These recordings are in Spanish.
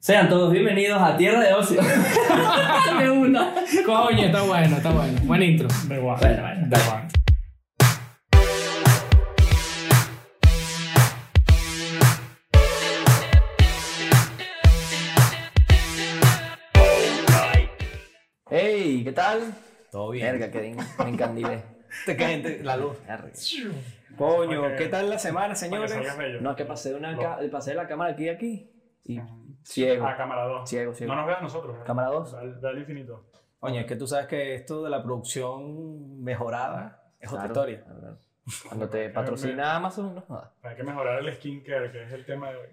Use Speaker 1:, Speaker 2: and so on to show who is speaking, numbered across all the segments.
Speaker 1: Sean todos bienvenidos a Tierra de Ocio. Me uno.
Speaker 2: Coño, está bueno, está bueno. Buen intro.
Speaker 3: Da igual.
Speaker 1: Bueno, bueno.
Speaker 3: Da igual.
Speaker 1: Hey, ¿qué tal?
Speaker 4: Todo bien.
Speaker 1: Verga, que me encandilé.
Speaker 4: Te cae entre la luz.
Speaker 1: Verga.
Speaker 4: Coño,
Speaker 3: Para que-
Speaker 4: ¿qué tal la semana,
Speaker 3: Para que
Speaker 4: señores?
Speaker 3: salgas bello.
Speaker 1: No, es que pasé, de una ca- pasé de la cámara aquí a aquí y ciego.
Speaker 4: Ah,
Speaker 3: A Ah, cámara 2.
Speaker 1: Ciego, ciego.
Speaker 3: No nos veas nosotros. ¿eh?
Speaker 1: Cámara dos.
Speaker 3: Dale, dale infinito.
Speaker 4: Coño, es que tú sabes que esto de la producción mejorada es otra
Speaker 1: Claro,
Speaker 4: historia.
Speaker 1: claro, claro. Cuando te patrocina Amazon, no jodas.
Speaker 3: Hay que mejorar el skincare, que es el tema de hoy.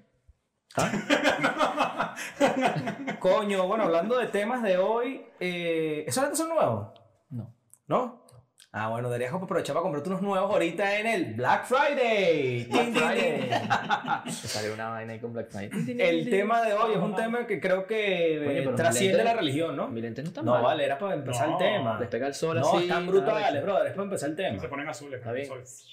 Speaker 4: Coño, bueno, hablando de temas de hoy, eh, ¿esos lentes son nuevos?
Speaker 1: No.
Speaker 4: ¿No? Ah, bueno, deberías aprovechar para comprarte unos nuevos ahorita en el Black Friday.
Speaker 1: Black Friday. Te salió una vaina ahí con Black Eh, Friday.
Speaker 4: El tema de hoy es un tema que creo que eh,
Speaker 1: Coño, pero
Speaker 4: trasciende
Speaker 1: lentes-
Speaker 4: la religión, ¿no?
Speaker 1: Mi lente no está
Speaker 4: No,
Speaker 1: mal.
Speaker 4: vale, era para empezar el
Speaker 3: No,
Speaker 4: tema.
Speaker 1: Despega el sol así.
Speaker 4: No, están brutales, brother, es para empezar el tema.
Speaker 3: Se ponen azules.
Speaker 1: Está bien.
Speaker 3: azules.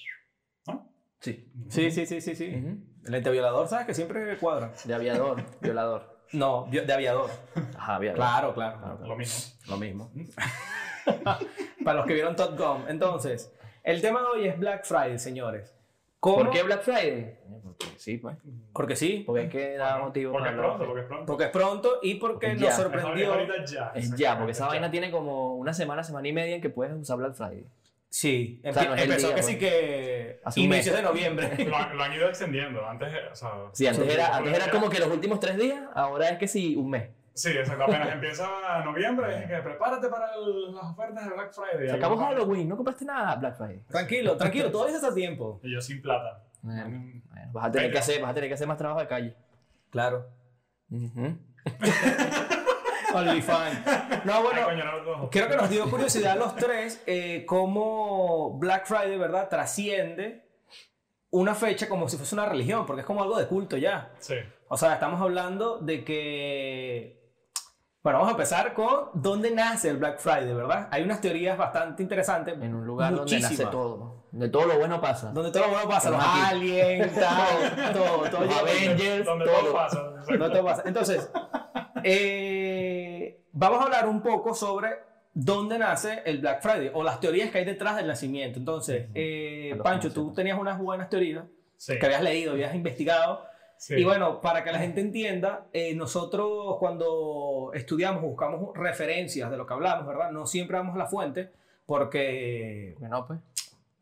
Speaker 1: Sí.
Speaker 4: Sí, sí, sí, sí, sí. El lente violador, ¿sabes? Que siempre cuadra.
Speaker 1: De aviador, violador.
Speaker 4: No, vi- de aviador.
Speaker 1: Ajá, aviador.
Speaker 4: Claro, claro.
Speaker 3: Lo mismo.
Speaker 1: Lo mismo.
Speaker 4: Para los que vieron Top Gun. Entonces, el tema de hoy es Black Friday, señores. ¿Cómo?
Speaker 1: ¿Por qué Black Friday? Porque sí, pues.
Speaker 4: Porque sí.
Speaker 1: Porque hay que dar motivo
Speaker 3: Porque
Speaker 1: para
Speaker 3: es
Speaker 1: hablar.
Speaker 3: pronto, porque es pronto.
Speaker 4: Porque es pronto y porque
Speaker 1: Ya.
Speaker 4: nos
Speaker 3: Es
Speaker 4: sorprendió.
Speaker 3: ahorita ya.
Speaker 1: Es Eh, ya, porque
Speaker 3: exactamente,
Speaker 1: esa
Speaker 3: ya.
Speaker 1: vaina tiene como una semana, semana y media en que puedes usar Black Friday.
Speaker 4: Sí,
Speaker 1: O sea,
Speaker 4: empe-
Speaker 1: no es el
Speaker 4: empezó
Speaker 1: día,
Speaker 4: que
Speaker 1: pues.
Speaker 4: sí que
Speaker 1: Hace un
Speaker 4: inicios
Speaker 1: mes.
Speaker 4: de noviembre.
Speaker 3: Lo, han- lo han ido extendiendo. Antes, eh, o sea,
Speaker 1: Sí, antes,
Speaker 3: sí,
Speaker 1: era,
Speaker 3: sí,
Speaker 1: antes
Speaker 3: sí.
Speaker 1: era como que los últimos tres días, ahora es que sí, un mes.
Speaker 3: Sí, exacto. Apenas empieza noviembre, es que prepárate para el- las ofertas de Black Friday.
Speaker 1: Se acabó
Speaker 3: Algo-
Speaker 1: Halloween, no compraste nada Black Friday.
Speaker 4: tranquilo, tranquilo, todavía está a tiempo.
Speaker 3: Y yo sin plata.
Speaker 1: Bueno, bueno, vas, a tener que hacer, vas a tener que hacer más trabajo de calle.
Speaker 4: Claro.
Speaker 1: Ujú.
Speaker 4: OnlyFans. No,
Speaker 3: Ay,
Speaker 4: bueno,
Speaker 3: coño, no lo cojo.
Speaker 4: Creo que nos dio curiosidad a los tres eh, cómo Black Friday, ¿verdad? Trasciende una fecha como si fuese una religión, porque es como algo de culto ya.
Speaker 3: Sí.
Speaker 4: O sea, estamos hablando de que... Bueno, vamos a empezar con dónde nace el Black Friday, ¿verdad? Hay unas teorías bastante interesantes.
Speaker 1: En un lugar
Speaker 4: Muchísimas.
Speaker 1: donde nace todo, donde todo lo bueno pasa.
Speaker 4: Donde todo lo bueno pasa, los
Speaker 1: Aquí.
Speaker 4: aliens, tal, todo, todo.
Speaker 1: Los
Speaker 4: llega-
Speaker 1: Avengers,
Speaker 3: Donde todo
Speaker 1: todo.
Speaker 3: pasa.
Speaker 4: No te pasa. Entonces, eh, vamos a hablar un poco sobre dónde nace el Black Friday o las teorías que hay detrás del nacimiento. Entonces, eh,
Speaker 1: A los
Speaker 4: Pancho,
Speaker 1: que
Speaker 4: tú
Speaker 1: no
Speaker 4: tenías unas buenas teorías
Speaker 3: Sí.
Speaker 4: que habías leído, habías investigado.
Speaker 3: sí.
Speaker 4: Y bueno, para que la gente entienda, eh, nosotros cuando estudiamos buscamos referencias de lo que hablamos, ¿verdad? No siempre vamos a la fuente porque
Speaker 1: Bueno, pues.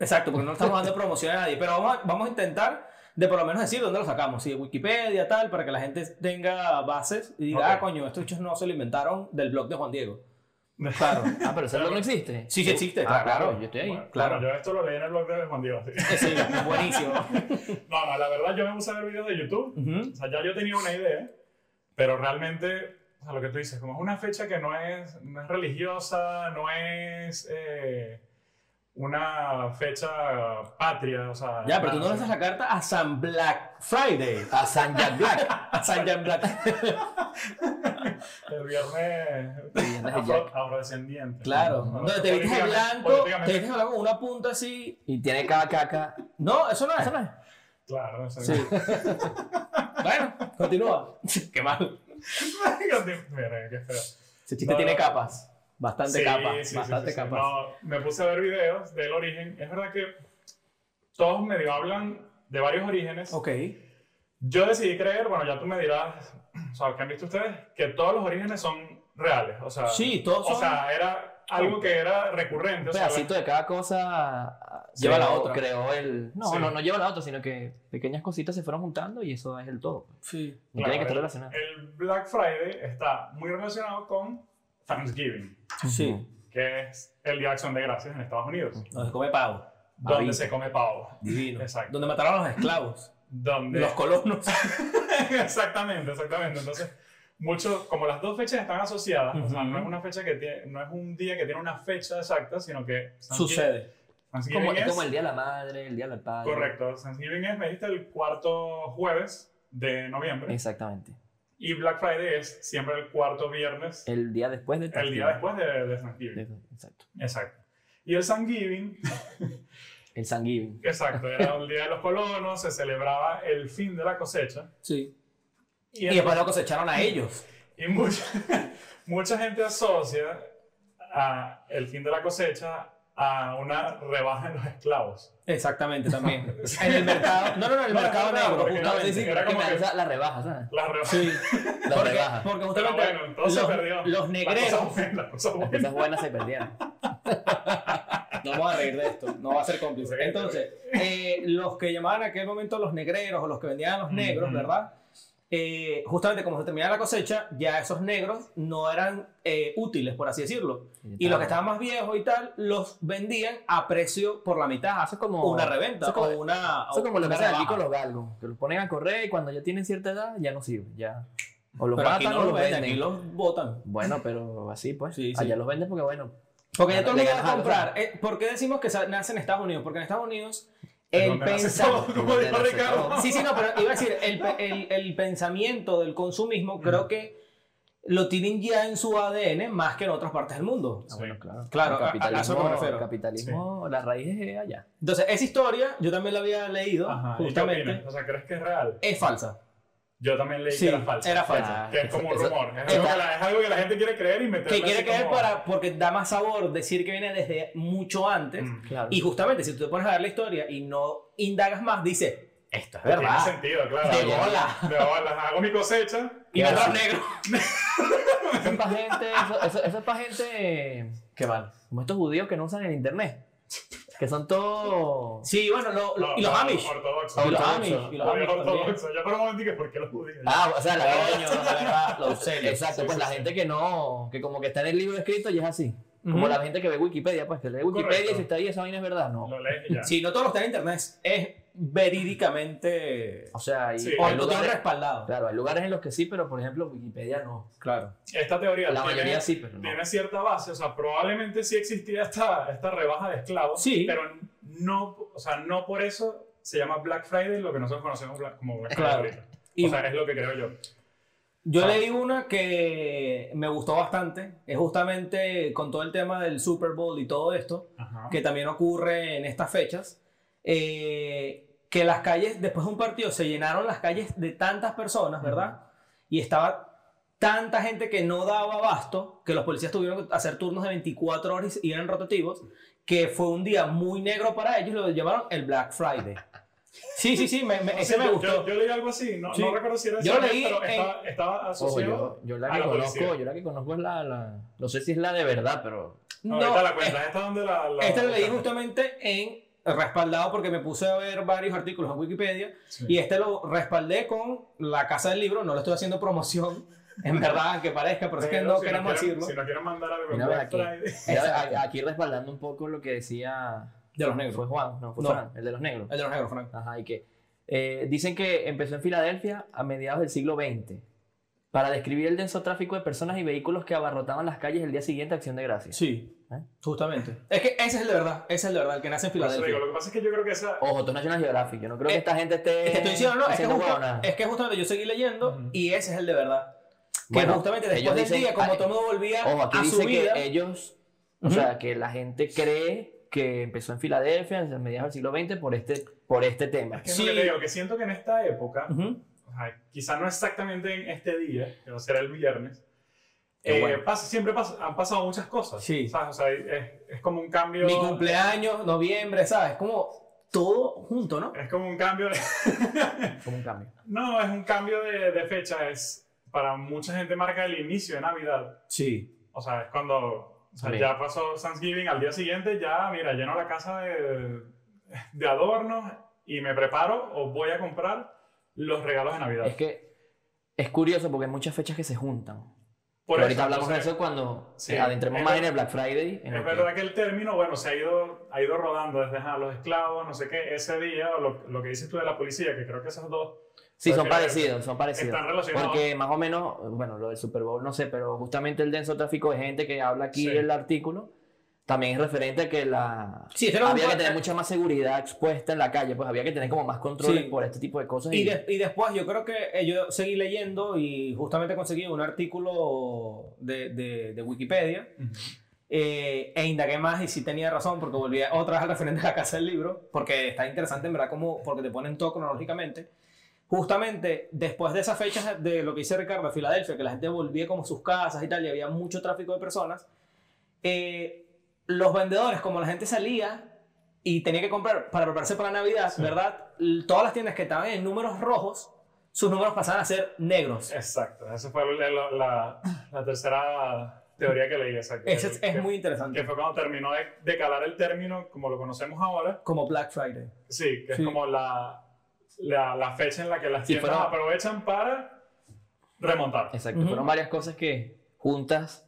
Speaker 4: Exacto, porque no le estamos dando promoción a nadie, pero vamos a, vamos a intentar de por lo menos decir dónde lo sacamos, si de Wikipedia, tal, para que la gente tenga bases y diga,
Speaker 3: Ok.
Speaker 4: ah, coño, estos hechos no se lo inventaron del blog de Juan Diego. Claro,
Speaker 1: Ah, pero ese blog no existe.
Speaker 4: Sí, sí existe,
Speaker 1: Ah,
Speaker 4: claro.
Speaker 1: claro, yo estoy ahí.
Speaker 3: Bueno,
Speaker 4: claro. Eh,
Speaker 3: Yo esto lo leí en el blog de Juan Diego. sí.
Speaker 4: sí, buenísimo.
Speaker 3: No, no, la verdad yo me puse a ver videos de YouTube.
Speaker 4: Ujú.
Speaker 3: O sea, ya yo tenía una idea, pero realmente, o sea, lo que tú dices, como es una fecha que no es, no es religiosa, no es eh, una fecha patria, o sea...
Speaker 4: Ya, pero tú no
Speaker 3: nada,
Speaker 4: lanzas la carta a San Black Friday,
Speaker 1: A San Jack Black.
Speaker 4: a San Jan Black.
Speaker 3: El viernes...
Speaker 1: viernes de
Speaker 3: afro-
Speaker 1: Jack.
Speaker 3: afrodescendiente.
Speaker 4: Claro,
Speaker 3: No,
Speaker 4: donde te vistes de
Speaker 3: políticamente-
Speaker 4: blanco, te
Speaker 3: políticamente-
Speaker 4: vistes de blanco con una punta así.
Speaker 1: Y tiene cada caca.
Speaker 4: No, eso no es.
Speaker 1: Eso no es.
Speaker 3: Claro, o sea,
Speaker 4: Sí. bueno, continúa. Qué mal.
Speaker 3: Mira, qué feo.
Speaker 4: Ese chiste
Speaker 3: No,
Speaker 4: tiene
Speaker 3: no.
Speaker 4: capas, bastante
Speaker 3: Sí,
Speaker 4: capas,
Speaker 3: sí, sí,
Speaker 4: bastante
Speaker 3: sí, sí.
Speaker 4: capas.
Speaker 3: No, me puse a ver videos del origen. Es verdad que todos medio hablan de varios orígenes.
Speaker 4: Ok.
Speaker 3: Yo decidí creer, bueno, ya tú me dirás, o sea, ¿qué han visto ustedes? Que todos los orígenes son reales. O sea,
Speaker 4: Sí, todos
Speaker 3: O
Speaker 4: son-
Speaker 3: sea, era algo que era recurrente.
Speaker 1: Un
Speaker 3: O sea,
Speaker 1: pedacito de cada cosa
Speaker 4: Lleva
Speaker 1: creó-
Speaker 4: la otra.
Speaker 1: Creó el. No,
Speaker 3: Sí.
Speaker 1: no, no lleva la otra, sino que pequeñas cositas se fueron juntando y eso es el todo.
Speaker 4: Sí.
Speaker 1: No
Speaker 3: claro,
Speaker 1: tiene que estar
Speaker 3: el-
Speaker 1: relacionado.
Speaker 3: El Black Friday está muy relacionado con Thanksgiving,
Speaker 4: Sí.
Speaker 3: que es el Día de Acción de Gracias en Estados Unidos,
Speaker 4: Donde se come pavo.
Speaker 3: donde
Speaker 4: Babito.
Speaker 3: se come pavo.
Speaker 4: Divino.
Speaker 3: Exacto.
Speaker 4: Donde mataron a los esclavos.
Speaker 3: Donde...
Speaker 4: Los colonos.
Speaker 3: exactamente, exactamente. Entonces, mucho, como las dos fechas están asociadas, o sea,
Speaker 4: Ujú.
Speaker 3: no es una fecha que tiene, no es un día que tiene una fecha exacta, sino que
Speaker 4: Sucede.
Speaker 3: Thanksgiving
Speaker 1: Como, es
Speaker 3: es-
Speaker 1: como el día de la madre, el día del padre.
Speaker 3: Correcto. Thanksgiving es, me dijiste, el cuarto jueves de noviembre.
Speaker 1: Exactamente.
Speaker 3: Y Black Friday es siempre el cuarto viernes, el,
Speaker 1: El día después del
Speaker 3: día después de, de Thanksgiving.
Speaker 1: después. Exacto.
Speaker 3: Exacto. Y el Thanksgiving,
Speaker 1: El San Giving.
Speaker 3: exacto, era el día de los colonos, se celebraba el fin de la cosecha.
Speaker 4: Sí.
Speaker 3: Y,
Speaker 4: Y
Speaker 3: el-
Speaker 4: después lo cosecharon a ellos.
Speaker 3: y mucha, mucha gente asocia a el fin de la cosecha a una rebaja en los esclavos.
Speaker 4: Exactamente, también. En el mercado. No, no, no, en el
Speaker 3: No,
Speaker 4: mercado
Speaker 3: no, no,
Speaker 4: negro,
Speaker 3: porque no,
Speaker 4: justamente.
Speaker 3: sí, Era
Speaker 1: que
Speaker 3: como
Speaker 1: me
Speaker 3: que-
Speaker 1: alza la rebaja, ¿sabes?
Speaker 3: La rebaja.
Speaker 4: Sí.
Speaker 1: La
Speaker 4: Porque,
Speaker 1: rebaja.
Speaker 4: porque
Speaker 3: Pero
Speaker 4: justamente
Speaker 3: bueno, entonces
Speaker 4: los,
Speaker 3: se perdió.
Speaker 4: los
Speaker 3: Las
Speaker 4: negreros.
Speaker 3: cosas buenas, las cosas
Speaker 1: Las
Speaker 3: buenas.
Speaker 1: cosas buenas se perdieron.
Speaker 4: No vamos a reír de esto, no va a ser cómplice.
Speaker 3: Ok,
Speaker 4: Entonces, eh, los que llamaban en aquel momento los negreros o los que vendían a los negros,
Speaker 3: Ujú.
Speaker 4: ¿verdad? Eh, justamente como se terminaba la cosecha, ya esos negros no eran eh, útiles, por así decirlo. Y los que estaban más viejos y tal, los vendían a precio por la mitad,
Speaker 1: Eso
Speaker 4: hace
Speaker 1: es como.
Speaker 4: una reventa
Speaker 1: Eso es
Speaker 4: o
Speaker 1: como,
Speaker 4: una.
Speaker 1: eso es como lo
Speaker 4: una
Speaker 1: que hacen aquí
Speaker 4: rebaja.
Speaker 1: con los galgos. Que los ponen a correr y cuando ya tienen cierta edad ya no sirven. Ya. O los
Speaker 4: Pero aquí
Speaker 1: matan
Speaker 4: no
Speaker 1: o
Speaker 4: los
Speaker 1: los
Speaker 4: venden, aquí
Speaker 1: venden.
Speaker 4: los botan.
Speaker 1: Bueno, pero así pues.
Speaker 4: Sí, sí.
Speaker 1: Allá los venden porque bueno. ah,
Speaker 4: Porque ya
Speaker 1: Le
Speaker 4: todo el mundo va a
Speaker 1: ganas algo,
Speaker 4: comprar. Eh, ¿Por qué decimos que sa- nace en Estados Unidos? Porque en Estados Unidos
Speaker 3: Es
Speaker 4: el
Speaker 3: donde nace
Speaker 4: pensamiento...
Speaker 3: todo, como dijo
Speaker 1: Donde
Speaker 3: Ricardo.
Speaker 4: Sí, sí, no, pero iba a decir, el, pe- el- el pensamiento del
Speaker 3: Mm.
Speaker 4: consumismo creo que lo tienen ya en su ADN más que en otras partes del mundo.
Speaker 1: Ah,
Speaker 3: Sí.
Speaker 1: bueno, claro.
Speaker 4: Claro,
Speaker 1: El
Speaker 4: a- a- a eso
Speaker 1: capitalismo,
Speaker 4: me refiero.
Speaker 1: el capitalismo la raíz es allá.
Speaker 4: Entonces, esa historia yo también la había leído,
Speaker 3: Ajá, ¿y qué opinas?
Speaker 4: justamente.
Speaker 3: O sea, ¿crees que es real?
Speaker 4: Es falsa.
Speaker 3: Yo también leí que era falsa.
Speaker 4: Era
Speaker 1: falsa.
Speaker 4: falsa.
Speaker 3: Que es como un
Speaker 1: Eso-
Speaker 3: rumor. Es,
Speaker 1: eso-
Speaker 3: algo que la, es algo que la gente quiere creer y meterle
Speaker 4: Que quiere
Speaker 3: así
Speaker 4: creer
Speaker 3: como- mm,
Speaker 4: para, porque da más sabor decir que viene desde mucho antes.
Speaker 3: Mm.
Speaker 1: Claro.
Speaker 4: Y justamente, si tú te pones a ver la historia y no indagas más, dices, esto es verdad.
Speaker 3: Tiene sentido, claro.
Speaker 4: De
Speaker 3: Yo-
Speaker 4: bola.
Speaker 3: De bola. Hago mi cosecha.
Speaker 4: Y
Speaker 1: Claro.
Speaker 4: otro negro.
Speaker 1: Eso es para gente, eso, eso- eso es para gente eh, que mal, como estos judíos que no usan el internet, que son todos...
Speaker 4: Sí, bueno, lo- lo- y los Amish.
Speaker 3: Ortodoxos.
Speaker 4: Y los
Speaker 3: Ortodoxos.
Speaker 4: Amish. Y los
Speaker 3: Judíos
Speaker 4: Amish también.
Speaker 3: ortodoxos. Yo por un momento dije, ¿por qué los judíos?
Speaker 1: Ah, o sea, la
Speaker 4: Eh, Coño,
Speaker 1: gente...
Speaker 4: la verdad, los serios.
Speaker 1: Exacto,
Speaker 3: Sí,
Speaker 1: pues
Speaker 3: sí,
Speaker 1: la
Speaker 3: sí.
Speaker 1: gente que no, que como que está en el libro escrito y es así. Como
Speaker 4: Ujú.
Speaker 1: la gente que ve Wikipedia, pues que lee Wikipedia
Speaker 3: Correcto.
Speaker 1: y si está ahí esa vaina es verdad, no.
Speaker 3: Lo lees y ya.
Speaker 4: Sí, no todos los que están en internet es verídicamente.
Speaker 1: O sea, hay,
Speaker 3: Sí.
Speaker 1: hay
Speaker 4: O lo tienen
Speaker 1: lugares...
Speaker 4: respaldado.
Speaker 1: Claro, hay lugares en los que sí, pero por ejemplo Wikipedia no.
Speaker 4: Claro.
Speaker 3: Esta teoría
Speaker 1: La
Speaker 3: tiene-
Speaker 1: mayoría sí, pero no.
Speaker 3: tiene cierta base, o sea, probablemente sí existía esta, esta rebaja de esclavos,
Speaker 4: Sí.
Speaker 3: pero no, o sea, no por eso se llama Black Friday lo que nosotros conocemos bla- como Black Friday
Speaker 4: Claro.
Speaker 3: ahorita.
Speaker 4: Y-
Speaker 3: O sea, es lo que creo yo.
Speaker 4: Yo
Speaker 3: Ah.
Speaker 4: leí una que me gustó bastante. Es justamente con todo el tema del Super Bowl y todo esto,
Speaker 3: Ajá.
Speaker 4: que también ocurre en estas fechas. eh, que las calles, después de un partido, se llenaron las calles de tantas personas, ¿verdad? Y estaba tanta gente que no daba abasto, que los policías tuvieron que hacer turnos de 24 horas y eran rotativos, que fue un día muy negro para ellos, lo llamaron el Black Friday. Sí, sí, sí, me- me- ese me
Speaker 3: yo, yo,
Speaker 4: gustó.
Speaker 3: yo leí algo así, no,
Speaker 4: Sí.
Speaker 3: no recuerdo si era
Speaker 4: Yo
Speaker 3: ese,
Speaker 4: lo leí
Speaker 3: pero
Speaker 4: en-
Speaker 3: estaba, estaba
Speaker 1: Ojo,
Speaker 3: asociado.
Speaker 1: yo, yo la
Speaker 3: a
Speaker 1: que
Speaker 3: la
Speaker 1: conozco,
Speaker 3: policía.
Speaker 1: yo la que conozco es la, la- No sé si es la de verdad, pero...
Speaker 3: No, ahorita la
Speaker 4: es-
Speaker 3: cuenta, esta donde la... la
Speaker 4: Este lo eh, leí justamente en respaldado porque me puse a ver varios artículos en Wikipedia
Speaker 3: Sí.
Speaker 4: y este lo respaldé con la casa del libro, no le estoy haciendo promoción, en verdad, que parezca, pero es que
Speaker 3: Pero
Speaker 4: no
Speaker 3: si
Speaker 4: queremos
Speaker 3: quieren-
Speaker 4: decirlo,
Speaker 3: Si no quieren mandar algo en
Speaker 1: Mira,
Speaker 3: Black
Speaker 1: aquí,
Speaker 3: Friday.
Speaker 1: mira,
Speaker 4: Exacto.
Speaker 1: a- aquí respaldando un poco lo que decía...
Speaker 4: de los
Speaker 1: Fue
Speaker 4: negros,
Speaker 1: Juan, no, fue
Speaker 4: No.
Speaker 1: Fran, el de los negros.
Speaker 4: el de los negros, Frank.
Speaker 1: Ajá, y que eh, dicen que empezó en Filadelfia a mediados del siglo XX para describir el denso tráfico de personas y vehículos que abarrotaban las calles el día siguiente a Acción de Gracias.
Speaker 4: Sí,
Speaker 1: ¿Eh?
Speaker 4: justamente. Es que ese es el de verdad, ese es el de verdad, el que nace en
Speaker 3: Por eso digo,
Speaker 4: Filadelfia.
Speaker 3: lo que pasa es que yo creo que esa...
Speaker 1: Ojo, esto es National Geographic. Yo no creo que
Speaker 4: Eh,
Speaker 1: esta gente esté
Speaker 4: Te estoy diciendo, no, es que,
Speaker 1: haciendo
Speaker 4: justo-
Speaker 1: huevonadas.
Speaker 4: es que justamente yo seguí leyendo
Speaker 3: Ujú.
Speaker 4: y ese es el de verdad. Que
Speaker 1: Bueno,
Speaker 4: justamente
Speaker 1: ellos
Speaker 4: después del
Speaker 1: dicen-
Speaker 4: día, como
Speaker 1: ah,
Speaker 4: todo el mundo volvía
Speaker 1: Ojo, aquí
Speaker 4: a su
Speaker 1: dice
Speaker 4: vida,
Speaker 1: que ellos, o
Speaker 4: Ujú.
Speaker 1: sea, que la gente cree que empezó en Filadelfia a mediados del siglo XX por este, por este tema.
Speaker 3: Es que es lo que
Speaker 4: Sí.
Speaker 3: te digo, que siento que en esta época,
Speaker 4: Ujú.
Speaker 3: o sea, quizá no exactamente en este día, que no será el viernes,
Speaker 1: Pero
Speaker 3: eh,
Speaker 1: bueno.
Speaker 3: pasa- siempre pasa- han pasado muchas cosas.
Speaker 4: Sí.
Speaker 3: ¿sabes? O sea, es, es como un cambio.
Speaker 4: mi cumpleaños, noviembre, ¿sabes? Como todo junto, ¿no?
Speaker 3: Es como un cambio. de-
Speaker 1: Como un cambio.
Speaker 3: no, es un cambio de, de fecha. Es, para mucha gente marca el inicio de Navidad.
Speaker 4: Sí.
Speaker 3: O sea, es cuando o sea,
Speaker 1: Bien.
Speaker 3: ya pasó Thanksgiving, al día siguiente ya, mira, lleno la casa de, de adornos y me preparo o voy a comprar los regalos de Navidad.
Speaker 1: Es que es curioso porque hay muchas fechas que se juntan.
Speaker 3: Por
Speaker 1: Pero ahorita
Speaker 3: eso,
Speaker 1: hablamos de
Speaker 3: entonces,
Speaker 1: eso cuando eh,
Speaker 3: Sí.
Speaker 1: adentremos
Speaker 3: Es
Speaker 1: más
Speaker 3: ver-
Speaker 1: en el Black Friday. en
Speaker 3: Es
Speaker 1: lo que-
Speaker 3: verdad que el término, bueno, se ha ido, ha ido rodando desde ajá, los esclavos, no sé qué, ese día, o lo, lo que dices tú de la policía, que creo que esos dos
Speaker 1: Sí, son
Speaker 3: Porque
Speaker 1: parecidos, son parecidos.
Speaker 3: están relacionados.
Speaker 1: Porque más o menos, bueno, lo del Super Bowl no sé, pero justamente el denso tráfico de gente que habla aquí
Speaker 3: Sí.
Speaker 1: el artículo también es referente a que la...
Speaker 4: Sí, este era un
Speaker 1: Había que
Speaker 4: buen-
Speaker 1: tener mucha más seguridad expuesta en la calle, pues había que tener como más controles
Speaker 4: Sí.
Speaker 1: por este tipo de cosas.
Speaker 4: Y, de- y después yo creo que eh, yo seguí leyendo y justamente conseguí un artículo de, de- de Wikipedia eh, e indagué más y sí tenía razón porque volví otra vez al referente de la casa del libro porque está interesante en verdad como porque te ponen todo cronológicamente justamente después de esas fechas de lo que dice Ricardo de Filadelfia, que la gente volvía como a sus casas y tal, y había mucho tráfico de personas, eh, los vendedores, como la gente salía y tenía que comprar para prepararse para Navidad, ¿verdad? L- Todas las tiendas que estaban en números rojos, sus números pasaban a ser negros.
Speaker 3: Exacto, esa fue la, la- la- la tercera teoría que leí. Exacto.
Speaker 4: Ese es,
Speaker 3: Que-
Speaker 4: es muy
Speaker 3: Que
Speaker 4: interesante,
Speaker 3: fue cuando terminó de, de calar el término como lo conocemos ahora.
Speaker 4: como Black Friday.
Speaker 3: Sí, que
Speaker 4: Sí.
Speaker 3: es como la, la, la fecha en la que las
Speaker 1: Sí,
Speaker 3: tiendas
Speaker 1: fueron-
Speaker 3: aprovechan para remontar.
Speaker 1: Exacto,
Speaker 4: Ujú.
Speaker 1: fueron varias cosas que juntas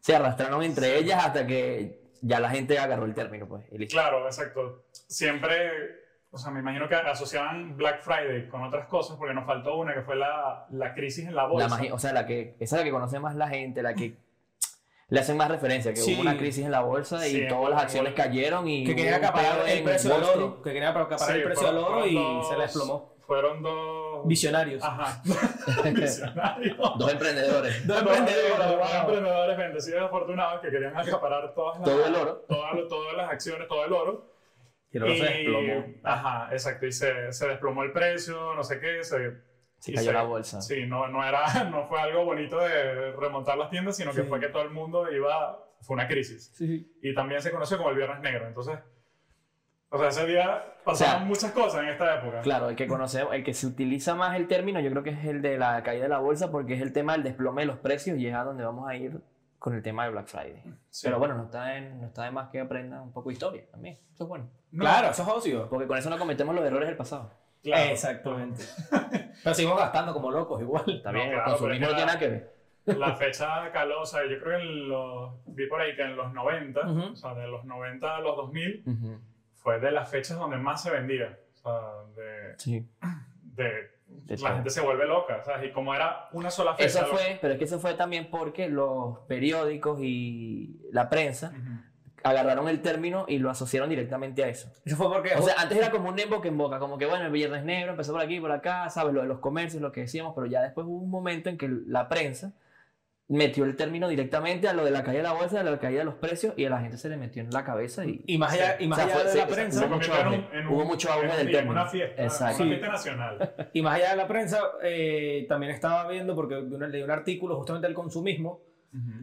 Speaker 1: se arrastraron entre ellas hasta que ya la gente agarró el término, pues. y listo.
Speaker 3: Claro, exacto. Siempre, o sea, me imagino que asociaban Black Friday con otras cosas porque nos faltó una que fue la, la crisis en la
Speaker 1: La
Speaker 3: bolsa.
Speaker 1: magi- o sea, la que, esa es la que conoce más la gente, la que le hacen más referencia, que
Speaker 4: Sí.
Speaker 1: hubo una crisis en la bolsa y
Speaker 3: Sí,
Speaker 1: todas las acciones
Speaker 3: bueno.
Speaker 1: cayeron y
Speaker 4: Que
Speaker 1: hubo
Speaker 4: querían
Speaker 1: un peo
Speaker 4: acaparar el
Speaker 1: en
Speaker 4: precio del
Speaker 1: Wall Street.
Speaker 4: oro, que querían acaparar
Speaker 3: Sí,
Speaker 4: el precio del
Speaker 3: fueron-
Speaker 4: oro y
Speaker 3: fueron
Speaker 4: se
Speaker 3: dos-
Speaker 4: les plomó.
Speaker 3: Fueron dos...
Speaker 4: Visionarios.
Speaker 3: Ajá. Visionarios.
Speaker 1: Dos
Speaker 4: Dos
Speaker 1: emprendedores.
Speaker 3: Dos
Speaker 4: emprendedores,
Speaker 3: emprendedores,
Speaker 4: wow.
Speaker 3: emprendedores bendecidos y afortunados que querían acaparar todas las,
Speaker 1: Todo el oro.
Speaker 3: todas las- todas las acciones, todo el oro.
Speaker 1: Y luego se
Speaker 3: Y-
Speaker 1: desplomó.
Speaker 4: ah,
Speaker 3: Ajá, exacto. Y se, se desplomó el precio, no sé qué. Se,
Speaker 1: Se
Speaker 3: y
Speaker 1: cayó la bolsa.
Speaker 3: Sí, no, no, era, no fue algo bonito de remontar las tiendas, sino que
Speaker 4: Sí.
Speaker 3: fue que todo el mundo iba. Fue una crisis. Y también se conoce como el Viernes Negro. Entonces, o sea, ese día pasaron
Speaker 1: sea,
Speaker 3: muchas cosas en esta época.
Speaker 1: Claro, el que conoce, el que se utiliza más el término, yo creo que es el de la caída de la bolsa, porque es el tema del desplome de los precios y es a donde vamos a ir con el tema de Black Friday.
Speaker 3: Sí.
Speaker 1: Pero bueno, no está, en- no está de más que aprendan un poco de historia también. Eso es bueno.
Speaker 3: No,
Speaker 4: Claro, eso es ocio.
Speaker 1: Porque con eso no cometemos los errores del pasado.
Speaker 3: claro.
Speaker 4: Exactamente. Pero seguimos gastando como locos igual.
Speaker 1: También
Speaker 3: No,
Speaker 1: el
Speaker 3: claro,
Speaker 1: consumismo
Speaker 3: pero es
Speaker 1: no tiene
Speaker 3: que
Speaker 1: nada que ver.
Speaker 3: La fecha calosa, yo creo que en los, vi por ahí que en los 90,
Speaker 4: Ujú.
Speaker 3: o sea, de los 90 a los 2000,
Speaker 1: Ujú,
Speaker 3: fue de las fechas donde más se vendía. O sea, de,
Speaker 1: Sí.
Speaker 3: de-
Speaker 1: De
Speaker 3: la
Speaker 1: todo.
Speaker 3: gente se vuelve loca, ¿sabes? Y como era una sola fecha.
Speaker 1: Eso
Speaker 3: lo-
Speaker 1: fue, pero es que eso fue también porque los periódicos y la prensa
Speaker 3: Ujú.
Speaker 1: agarraron el término y lo asociaron directamente a eso.
Speaker 4: Eso fue porque...
Speaker 1: O sea, antes era como un en boca en boca, como que bueno, el Viernes Negro empezó por aquí, por acá, sabes, lo de los comercios, lo que decíamos, pero ya después hubo un momento en que la prensa metió el término directamente a lo de la caída de la bolsa, a la caída de los precios, y a la gente se le metió en la cabeza y...
Speaker 4: y más allá, y más
Speaker 1: O
Speaker 4: allá
Speaker 1: sea, fue-
Speaker 4: de
Speaker 1: sí,
Speaker 4: la
Speaker 1: o sea,
Speaker 4: prensa...
Speaker 1: hubo mucho
Speaker 3: convirtió
Speaker 1: auge, hubo mucho auge
Speaker 3: en
Speaker 1: del
Speaker 3: un- en
Speaker 1: término.
Speaker 3: una fiesta,
Speaker 1: Exacto.
Speaker 3: una fiesta nacional.
Speaker 4: Y más allá de la prensa, eh, también estaba viendo, porque vi una- leí un artículo justamente del consumismo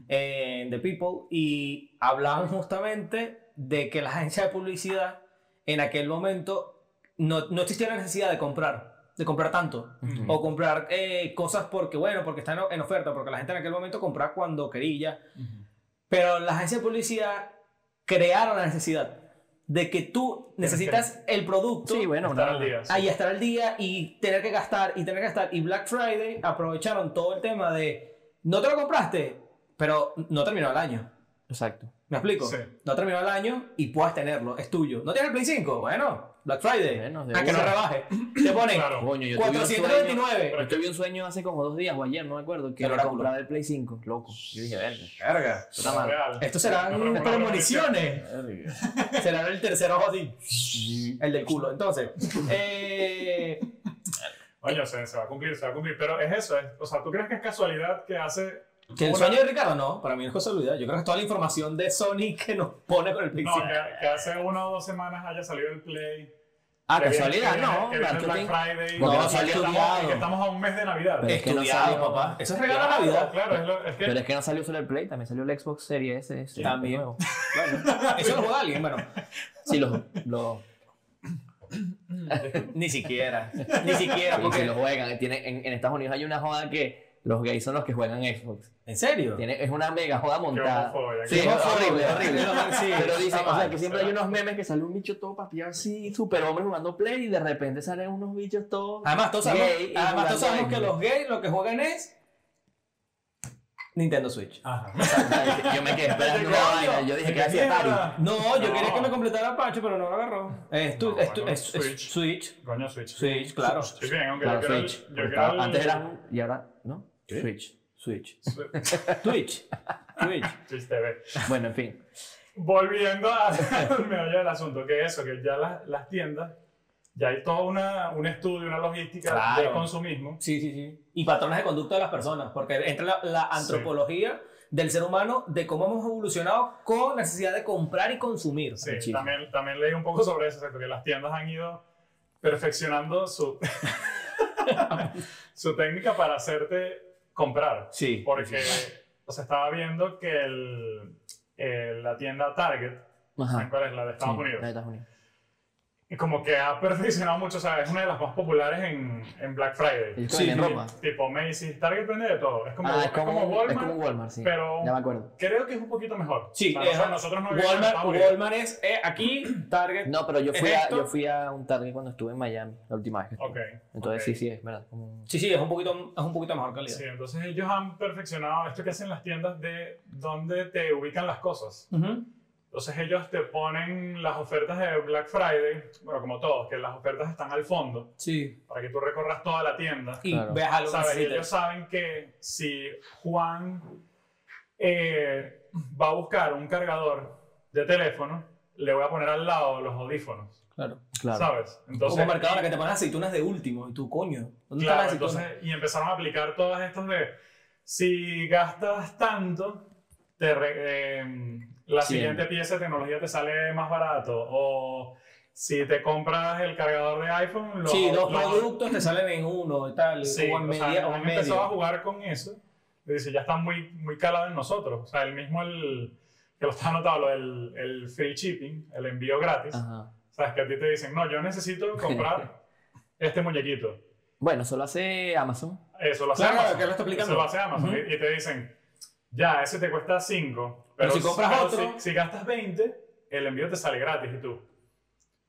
Speaker 4: eh, en The People, y hablaban justamente de que las agencias de publicidad en aquel momento no, no existía la necesidad de comprar, de comprar tanto,
Speaker 1: Ujú.
Speaker 4: o comprar eh, cosas porque, bueno, porque están en oferta, porque la gente en aquel momento compraba cuando quería, Pero las agencias de publicidad crearon la necesidad de que tú necesitas el producto
Speaker 1: Sí, bueno,
Speaker 3: Estar
Speaker 1: una-
Speaker 3: al día, sí.
Speaker 4: ahí estar al día y tener que gastar y tener que gastar. Y Black Friday aprovecharon todo el tema de no te lo compraste, pero no terminó el año.
Speaker 1: Exacto.
Speaker 4: ¿Me explico?
Speaker 3: Sí.
Speaker 4: No terminó el año y puedes tenerlo, es tuyo. ¿No tienes el Play 5? Bueno, Black Friday.
Speaker 1: Bueno, de
Speaker 4: a que no
Speaker 1: una.
Speaker 4: rebaje. Te ponen
Speaker 3: Claro.
Speaker 1: Coño, yo tuve un sueño,
Speaker 4: 429.
Speaker 1: yo tuve un sueño hace como dos días o ayer, no me acuerdo, que
Speaker 4: El
Speaker 1: era
Speaker 4: oráculo.
Speaker 1: comprar el Play 5, loco. Yo dije, verga.
Speaker 4: Verga.
Speaker 1: Está mal.
Speaker 3: Real.
Speaker 4: Estos serán
Speaker 3: No, pero fue una
Speaker 4: premoniciones.
Speaker 1: verga.
Speaker 4: Será el tercer ojo así. El del culo. Entonces, eh,
Speaker 3: Oye, se, se va a cumplir, se va a cumplir. Pero es eso, es- o sea, ¿tú crees que es casualidad que hace...
Speaker 4: que el
Speaker 3: una-
Speaker 4: sueño de Ricardo no, para mí no es casualidad. Yo creo que es toda la información de Sony que nos pone con el
Speaker 3: No,
Speaker 4: pixel.
Speaker 3: que, que hace una o dos semanas haya salido el Play.
Speaker 1: Ah,
Speaker 3: que viene-
Speaker 1: casualidad,
Speaker 3: que viene-
Speaker 1: no.
Speaker 3: que viene el
Speaker 1: marketing.
Speaker 3: Black Friday.
Speaker 1: Porque
Speaker 4: No,
Speaker 1: no
Speaker 4: sí,
Speaker 1: salió- Eh,
Speaker 4: estudiado.
Speaker 3: estamos, que estamos a un mes de Navidad.
Speaker 1: Pero es que no
Speaker 4: Estudiado,
Speaker 1: sale,
Speaker 4: papá. Eso es regalo de
Speaker 3: Claro,
Speaker 4: Navidad.
Speaker 3: Claro, es, lo- es que...
Speaker 1: Pero es que no salió solo el Play, también salió el Xbox Series S. ese,
Speaker 4: También.
Speaker 1: nuevo.
Speaker 4: Eso lo juega alguien, bueno.
Speaker 1: Sí, los, los,
Speaker 4: Ni siquiera. Ni siquiera.
Speaker 1: sí, sí,
Speaker 4: Porque,
Speaker 1: los juegan. Tiene, en, en Estados Unidos hay una joda que los gays son los que juegan Xbox.
Speaker 4: ¿En serio?
Speaker 1: Tiene, es una mega joda montada.
Speaker 3: homofobia,
Speaker 1: Sí,
Speaker 4: qué
Speaker 1: es horrible,
Speaker 4: homofobia.
Speaker 1: horrible.
Speaker 4: Sí,
Speaker 1: Pero dicen,
Speaker 4: está
Speaker 1: o sea,
Speaker 4: mal,
Speaker 1: que siempre hay unos memes que sale un bicho todo papiado así, super hombre jugando play y de repente salen unos bichos todos.
Speaker 4: Además, todos sabemos,
Speaker 1: Gay y
Speaker 4: además, todos
Speaker 1: jugando
Speaker 4: sabemos que
Speaker 1: Xbox.
Speaker 4: los gays lo que juegan es Nintendo Switch.
Speaker 3: Ajá.
Speaker 1: Yo me quedé esperando una vaina. Yo dije que hacía Atari.
Speaker 4: No, yo
Speaker 3: No.
Speaker 4: quería que me completara Pacho, pero no lo agarró. Es tu,
Speaker 3: No,
Speaker 4: es tu-
Speaker 3: bueno,
Speaker 4: es- es
Speaker 3: Switch.
Speaker 4: Switch.
Speaker 3: Coño, Switch.
Speaker 4: Switch, claro.
Speaker 3: Estoy bien, aunque
Speaker 1: Claro,
Speaker 3: yo quiero el-
Speaker 1: Switch.
Speaker 3: yo
Speaker 1: porque
Speaker 3: quiero
Speaker 1: estaba-
Speaker 3: el-
Speaker 1: Antes era un. Y ahora, ¿no? Switch.
Speaker 4: Switch.
Speaker 3: Switch
Speaker 4: Twitch. Twitch.
Speaker 3: TV.
Speaker 1: Bueno, en fin.
Speaker 3: Volviendo a- al meollo del asunto, que es eso, que ya las, las tiendas, ya hay todo una, un estudio, una logística
Speaker 4: Claro.
Speaker 3: de consumismo.
Speaker 4: Sí, sí, sí. Y patrones de conducta de las personas, porque entra la, la antropología del ser humano, de cómo hemos evolucionado con la necesidad de comprar y consumir.
Speaker 3: Sí,
Speaker 1: Muchísimo.
Speaker 3: también, también leí un poco sobre eso, exacto, que las tiendas han ido perfeccionando su... su técnica para hacerte comprar.
Speaker 5: Sí.
Speaker 3: Porque o sea, estaba viendo que el- el- la tienda Target, ¿saben
Speaker 1: Ajá.
Speaker 3: cuál es? La de Estados
Speaker 1: Sí,
Speaker 3: Unidos.
Speaker 1: la de Estados Unidos.
Speaker 3: Y como que ha perfeccionado mucho, o sea, es una de las más populares en, en Black Friday.
Speaker 1: Ellos venden ropa.
Speaker 3: Tipo Macy's, Target vende de todo. Es como,
Speaker 1: ah,
Speaker 3: es como Walmart,
Speaker 1: es como Walmart, sí.
Speaker 3: pero
Speaker 1: Ya me acuerdo.
Speaker 3: creo que es un poquito mejor.
Speaker 5: Sí,
Speaker 3: Para
Speaker 5: es-
Speaker 3: nosotros- nosotros no vivimos en
Speaker 5: Walmart,
Speaker 3: Estados Unidos.
Speaker 5: Walmart es eh, aquí, Target.
Speaker 1: No, pero yo
Speaker 5: ¿Es
Speaker 1: fui, a,
Speaker 5: esto?
Speaker 1: yo fui a un Target cuando estuve en Miami, la última vez que estuve.
Speaker 3: Ok,
Speaker 1: Entonces
Speaker 3: ok.
Speaker 1: sí, sí, es verdad. como un-
Speaker 4: Sí, sí, es un poquito, es un poquito mejor calidad.
Speaker 3: Sí, entonces ellos han perfeccionado esto que hacen las tiendas de dónde te ubican las cosas.
Speaker 4: Ujú.
Speaker 3: Entonces ellos te ponen las ofertas de Black Friday, bueno, como todos, que las ofertas están al fondo
Speaker 4: Sí.
Speaker 3: para que tú recorras toda la tienda.
Speaker 4: Y
Speaker 1: Claro.
Speaker 4: veas algo que
Speaker 3: ¿Sabes? Y
Speaker 4: necesites.
Speaker 3: ellos saben que si Juan eh, va a buscar un cargador de teléfono, le voy a poner al lado los audífonos,
Speaker 4: Claro.
Speaker 1: Claro.
Speaker 3: ¿sabes? Entonces,
Speaker 4: Como mercadora que te ponen aceitunas de último. Y tú, coño, ¿dónde están
Speaker 3: Claro,
Speaker 4: las aceitunas?
Speaker 3: entonces, y empezaron a aplicar todas estas de, si gastas tanto, te re- eh, la
Speaker 1: Sí.
Speaker 3: siguiente pieza de tecnología te sale más barato, o si te compras el cargador de iPhone, los,
Speaker 4: sí, dos
Speaker 3: los-
Speaker 4: productos te salen en uno y tal.
Speaker 3: sí,
Speaker 4: o en
Speaker 3: o sea,
Speaker 4: media, o en
Speaker 3: han empezado a
Speaker 4: medio.
Speaker 3: jugar con eso, y dice, ya está muy, muy calado en nosotros, o sea, el mismo, el, que lo está anotado, lo del- el, free shipping, el envío gratis,
Speaker 1: Ajá.
Speaker 3: sabes que a ti te dicen, no, yo necesito comprar este muñequito,
Speaker 1: Bueno, solo hace Amazon.
Speaker 3: Eso lo hace
Speaker 4: Claro,
Speaker 3: Amazon.
Speaker 4: que lo está aplicando.
Speaker 3: Eso lo hace Amazon.
Speaker 4: Ujú.
Speaker 3: y, y te dicen, ya, ese te cuesta 5. Pero,
Speaker 4: Pero si compras
Speaker 3: pero
Speaker 4: otro-
Speaker 3: Si, si gastas 20, el envío te sale gratis. Y tú,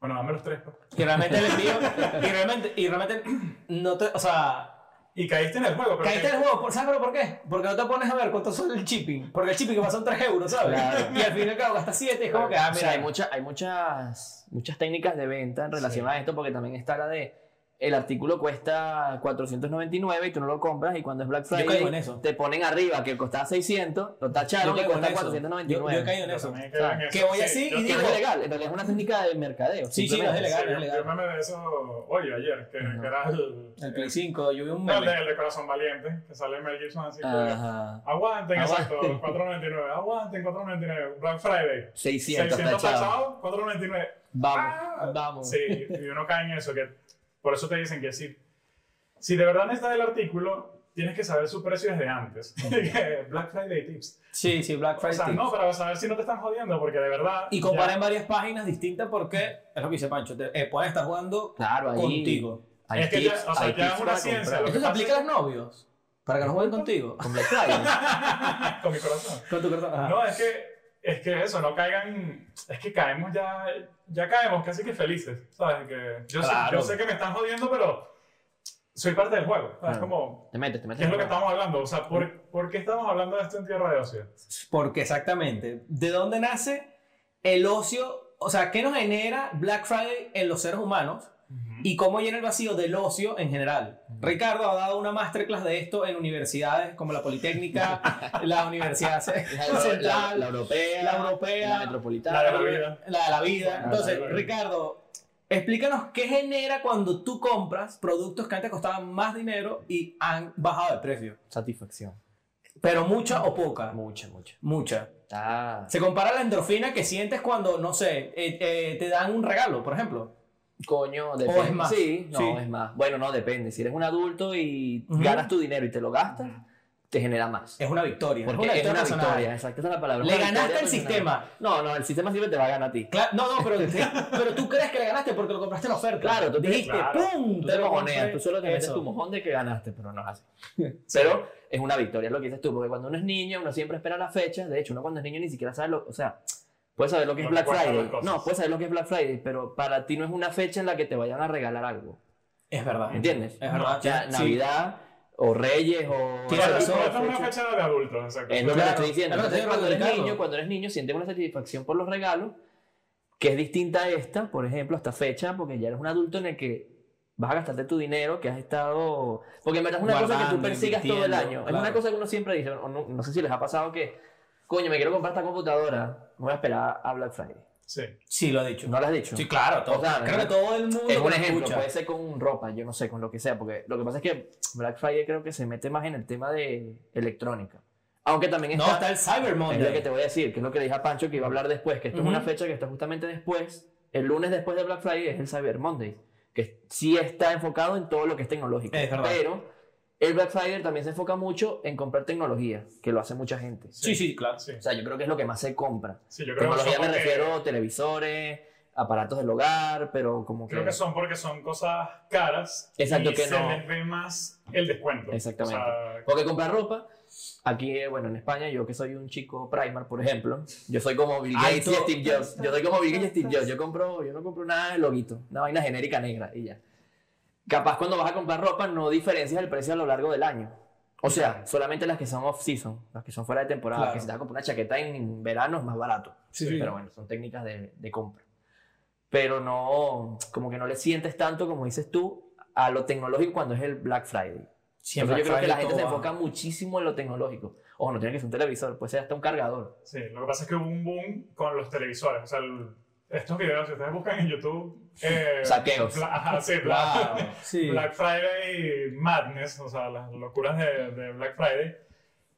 Speaker 3: bueno, dame los pues. 3.
Speaker 4: Y realmente el envío. y, realmente, y realmente no te. O sea.
Speaker 3: Y caíste en el juego. pero
Speaker 4: Caíste
Speaker 3: que-
Speaker 4: en el juego, ¿sabes pero por qué? Porque no te pones a ver cuánto son el shipping. Porque el shipping que pasa son 3 euros, ¿sabes?
Speaker 1: Claro.
Speaker 4: Y al final, claro, gastas 7 y es como que, ah,
Speaker 1: O sea,
Speaker 4: mira,
Speaker 1: hay, mucha- hay muchas, muchas técnicas de venta en relación a esto, porque también está la de el artículo cuesta 499 y tú no lo compras, y cuando es Black Friday
Speaker 4: caigo en eso.
Speaker 1: te ponen arriba que costaba 600, lo
Speaker 4: Yo
Speaker 1: tacharon y
Speaker 4: caigo en
Speaker 1: cuesta
Speaker 4: eso. Yo,
Speaker 1: 499.
Speaker 4: yo he caído en
Speaker 3: Yo
Speaker 4: eso.
Speaker 3: también caigo en
Speaker 4: que
Speaker 3: eso.
Speaker 4: voy
Speaker 3: Sí,
Speaker 4: así
Speaker 3: yo
Speaker 4: y
Speaker 1: Que
Speaker 4: digo,
Speaker 1: no es legal, en realidad es una técnica de mercadeo.
Speaker 4: Sí, sí, no es
Speaker 1: simplemente.
Speaker 4: legal.
Speaker 3: Sí,
Speaker 4: es
Speaker 3: yo-
Speaker 4: legal.
Speaker 3: Yo me de eso hoy, ayer, que,
Speaker 1: Ajá.
Speaker 3: que era el,
Speaker 4: El Play 5, yo vi un
Speaker 3: no, el de,
Speaker 4: meme.
Speaker 3: el de Corazón Valiente, que sale Mel Gibson así. que,
Speaker 1: Ajá.
Speaker 3: Aguanten,
Speaker 1: Aguanten.
Speaker 3: exacto, 4.99. Aguanten, 4.99. Black Friday.
Speaker 1: 600,
Speaker 3: 600
Speaker 1: tachado.
Speaker 3: tachado, 4.99. Ah,
Speaker 1: Vamos, vamos.
Speaker 3: Sí, y uno cae en eso, que por eso te dicen que si, si de verdad necesitas el artículo, tienes que saber su precio desde antes. Que Black Friday Tips.
Speaker 4: Sí, sí, Black
Speaker 3: O
Speaker 4: Friday.
Speaker 3: sea, no, para saber si no te están jodiendo, porque de verdad...
Speaker 4: Y comparen varias páginas distintas porque, es lo que dice Pancho, te, eh, pueden estar jugando
Speaker 1: Claro, ahí.
Speaker 4: contigo.
Speaker 1: Hay
Speaker 3: Es que ya-
Speaker 1: tips,
Speaker 3: o sea,
Speaker 1: hay
Speaker 3: ya
Speaker 1: tips
Speaker 3: es una
Speaker 1: para
Speaker 3: ciencia,
Speaker 1: comprar.
Speaker 3: lo que-
Speaker 4: Entonces aplica a los novios para que no jueguen contigo.
Speaker 1: Con Black Friday.
Speaker 3: ya- Con mi corazón.
Speaker 4: Con tu cartón. Ajá.
Speaker 3: No, es que, es que eso, no caigan... Es que caemos ya... Ya caemos casi que felices, ¿sabes? Que yo, sé,
Speaker 4: Claro.
Speaker 3: yo sé que me están jodiendo, pero soy parte del juego. ¿sabes?
Speaker 1: Claro.
Speaker 3: Como,
Speaker 1: Te metes, te metes.
Speaker 3: ¿qué es lo que estamos hablando? O sea, ¿por, ¿por qué estamos hablando de esto en Tierra de Ocio?
Speaker 4: Porque exactamente, ¿de dónde nace el ocio? O sea, ¿qué nos genera Black Friday en los seres humanos? ¿Y cómo llena el vacío del ocio en general? Ricardo ha dado una masterclass de esto en universidades como la Politécnica, la Universidad
Speaker 1: La,
Speaker 4: Central,
Speaker 1: la- la europea,
Speaker 4: la europea,
Speaker 1: la metropolitana,
Speaker 3: la de la vida.
Speaker 4: La de la vida.
Speaker 1: La
Speaker 4: Entonces,
Speaker 3: de la vida.
Speaker 4: Ricardo, explícanos qué genera cuando tú compras productos que antes costaban más dinero y han bajado de precio.
Speaker 1: satisfacción.
Speaker 4: Pero mucha o poca.
Speaker 1: Mucha, mucha.
Speaker 4: Mucha.
Speaker 1: Ah,
Speaker 4: Se compara la endorfina que sientes cuando, no sé, eh, eh, te dan un regalo, por ejemplo.
Speaker 1: coño, depende.
Speaker 4: es más.
Speaker 1: Sí, no,
Speaker 4: Sí.
Speaker 1: es más. Bueno, no, depende. Si eres un adulto y
Speaker 4: Ujú.
Speaker 1: ganas tu dinero y te lo gastas, te genera más.
Speaker 4: Es una victoria.
Speaker 1: Porque es una
Speaker 4: personal.
Speaker 1: victoria, exacto, esa es la palabra.
Speaker 4: Le
Speaker 1: Una
Speaker 4: ganaste
Speaker 1: victoria
Speaker 4: al
Speaker 1: personal.
Speaker 4: sistema.
Speaker 1: No, no, el sistema siempre te va a ganar a ti.
Speaker 4: Cla- no, no, pero, pero tú crees que le ganaste porque lo compraste en oferta.
Speaker 1: Claro, tú te-
Speaker 4: dijiste,
Speaker 3: claro.
Speaker 4: ¡pum!
Speaker 1: Tú te
Speaker 4: lo
Speaker 1: cojoneas,
Speaker 4: compré.
Speaker 1: tú solo te metes
Speaker 4: Eso.
Speaker 1: tu mojón de que ganaste, pero no es así. Pero es una victoria, es lo que dices tú, porque cuando uno es niño, uno siempre espera las fechas. De hecho, uno cuando es niño ni siquiera sabe lo. O sea, puedes saber lo que es
Speaker 3: No te
Speaker 1: Black
Speaker 3: acuerdas de
Speaker 1: Friday.
Speaker 3: las cosas.
Speaker 1: No, puedes saber lo que es Black Friday, pero para ti no es una fecha en la que te vayan a regalar algo.
Speaker 4: Es verdad.
Speaker 1: ¿Entiendes?
Speaker 4: Es verdad.
Speaker 1: O sea,
Speaker 4: Sí.
Speaker 1: Navidad o Reyes o.
Speaker 4: Tienes
Speaker 3: Bueno,
Speaker 4: razón,
Speaker 3: esto es una
Speaker 4: fecha.
Speaker 3: fecha de adultos, exacto.
Speaker 1: Es lo que te
Speaker 4: Claro,
Speaker 1: estoy diciendo.
Speaker 4: es lo que
Speaker 1: Entonces,
Speaker 4: estoy
Speaker 1: cuando, eres
Speaker 4: hablando,
Speaker 1: niño,
Speaker 4: Ricardo.
Speaker 1: cuando eres niño, sientes una satisfacción por los regalos que es distinta a esta, por ejemplo, a esta fecha, porque ya eres un adulto en el que vas a gastarte tu dinero que has estado. Porque en verdad es una cosa que tú
Speaker 4: Guardando,
Speaker 1: persigas todo el
Speaker 4: invirtiendo,
Speaker 1: año. Es
Speaker 4: claro.
Speaker 1: una cosa que uno siempre dice, o no, no sé si les ha pasado que, coño, me quiero comprar esta computadora, me voy a esperar a Black Friday.
Speaker 3: Sí.
Speaker 4: Sí, lo ha dicho.
Speaker 1: ¿No lo has dicho?
Speaker 4: Sí, claro. todo-
Speaker 1: O sea,
Speaker 4: creo
Speaker 1: ¿no?
Speaker 4: que todo el mundo
Speaker 1: Es
Speaker 4: que lo
Speaker 1: un ejemplo, pues.
Speaker 4: escucha.
Speaker 1: puede ser con ropa, yo no sé, con lo que sea, porque lo que pasa es que Black Friday creo que se mete más en el tema de electrónica. Aunque también
Speaker 4: No, está el Cyber
Speaker 1: es lo que
Speaker 4: Monday.
Speaker 1: te voy a decir, que es lo que le dije a Pancho que iba a hablar después, que esto
Speaker 4: Ujú.
Speaker 1: es una fecha que está justamente después, el lunes después de Black Friday es el Cyber Monday. que sí está enfocado en todo lo que es tecnológico.
Speaker 4: Es verdad.
Speaker 1: Pero el Black Friday también se enfoca mucho en comprar tecnología, que lo hace mucha gente.
Speaker 4: Sí, sí, claro.
Speaker 3: Sí,
Speaker 1: O sea, yo creo que es lo que más se compra.
Speaker 3: sí, yo creo que, son
Speaker 1: Tecnología me
Speaker 3: porque-
Speaker 1: refiero a televisores, aparatos del hogar, pero como que...
Speaker 3: creo que son porque son cosas caras
Speaker 1: Exacto,
Speaker 3: y
Speaker 1: que
Speaker 3: se
Speaker 1: no.
Speaker 3: les ve más el descuento.
Speaker 1: Exactamente.
Speaker 3: O sea,
Speaker 1: Porque comprar ropa, aquí, eh, bueno, en España, yo que soy un chico Primark, por ejemplo, yo soy como Bill
Speaker 4: Ay,
Speaker 1: Gates
Speaker 4: tú-
Speaker 1: y Steve Jobs. Yo soy como Bill Gates y Steve Jobs. Yo, compro, yo no compro nada de loguito, una vaina genérica negra y ya. Capaz cuando vas a comprar ropa no diferencias el precio a lo largo del año. O sea, solamente las que son off-season, las que son fuera de temporada,
Speaker 4: Claro.
Speaker 1: que si te vas a comprar una chaqueta en verano es más barato.
Speaker 4: Sí, sí.
Speaker 1: Pero bueno, son técnicas de, de compra. Pero no, como que no le sientes tanto, como dices tú, a lo tecnológico cuando es el Black Friday.
Speaker 4: Siempre
Speaker 1: Entonces, yo creo que la gente se
Speaker 4: todo
Speaker 1: enfoca
Speaker 4: baja.
Speaker 1: muchísimo en lo tecnológico. Ojo, no tiene que ser un televisor, puede ser hasta un cargador.
Speaker 3: sí, lo que pasa es que hubo un boom con los televisores. O sea, el- estos videos, si ustedes buscan en YouTube. eh,
Speaker 1: Saqueos.
Speaker 3: bla- ajá, sí, bla-
Speaker 4: Claro, sí.
Speaker 3: Black Friday Madness, o sea, las locuras de, de Black Friday,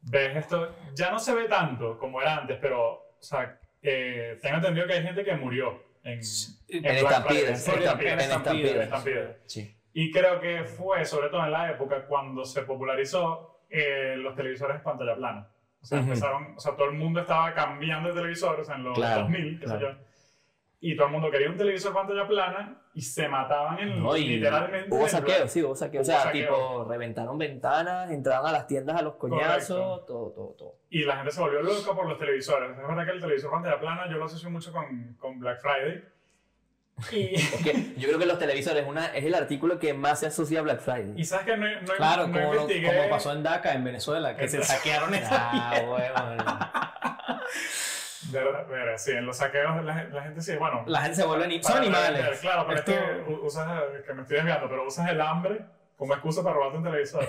Speaker 3: ves esto, ya no se ve tanto como era antes, pero, o sea, eh, tengo entendido que hay gente que murió en,
Speaker 1: En,
Speaker 3: Black Friday,
Speaker 1: estampidas,
Speaker 3: sí, en
Speaker 1: en
Speaker 3: Estampidas,
Speaker 1: estampidas.
Speaker 3: en Estampidas.
Speaker 1: Sí.
Speaker 3: Y creo que fue, sobre todo en la época, cuando se popularizó eh, los televisores de pantalla plana. O sea,
Speaker 1: Ujú.
Speaker 3: empezaron, o sea, todo el mundo estaba cambiando de televisor, o sea, en los
Speaker 1: Claro,
Speaker 3: 2000, qué sé
Speaker 1: claro.
Speaker 3: yo. Y todo el mundo quería un televisor de pantalla plana y se mataban en,
Speaker 1: No, y
Speaker 3: literalmente.
Speaker 1: Hubo
Speaker 3: en
Speaker 1: saqueos, sí, hubo saqueos. O
Speaker 3: Hubo
Speaker 1: sea,
Speaker 3: saqueos.
Speaker 1: tipo, reventaron ventanas, entraban a las tiendas a los coñazos,
Speaker 3: Correcto.
Speaker 1: todo, todo, todo.
Speaker 3: Y la gente se volvió loca por los televisores. Es verdad que el televisor pantalla plana yo lo asocio mucho con, con Black Friday. Y,
Speaker 1: Es que yo creo que los televisores una, es el artículo que más se asocia a Black Friday.
Speaker 3: y sabes que no, no,
Speaker 4: Claro,
Speaker 3: no
Speaker 4: como, lo-
Speaker 3: investigué.
Speaker 4: como pasó en DACA, en Venezuela, que se saquearon esa.
Speaker 1: Ah, bueno.
Speaker 3: De verdad, de verdad, sí, en los saqueos la, gen- la gente sí, bueno.
Speaker 4: La gente se vuelve ni... Son
Speaker 3: para
Speaker 4: animales.
Speaker 3: vender, Claro, pero
Speaker 4: Esto-
Speaker 3: es que u- usas, que me estoy desviando, pero usas el hambre como excusa para robarte un televisor.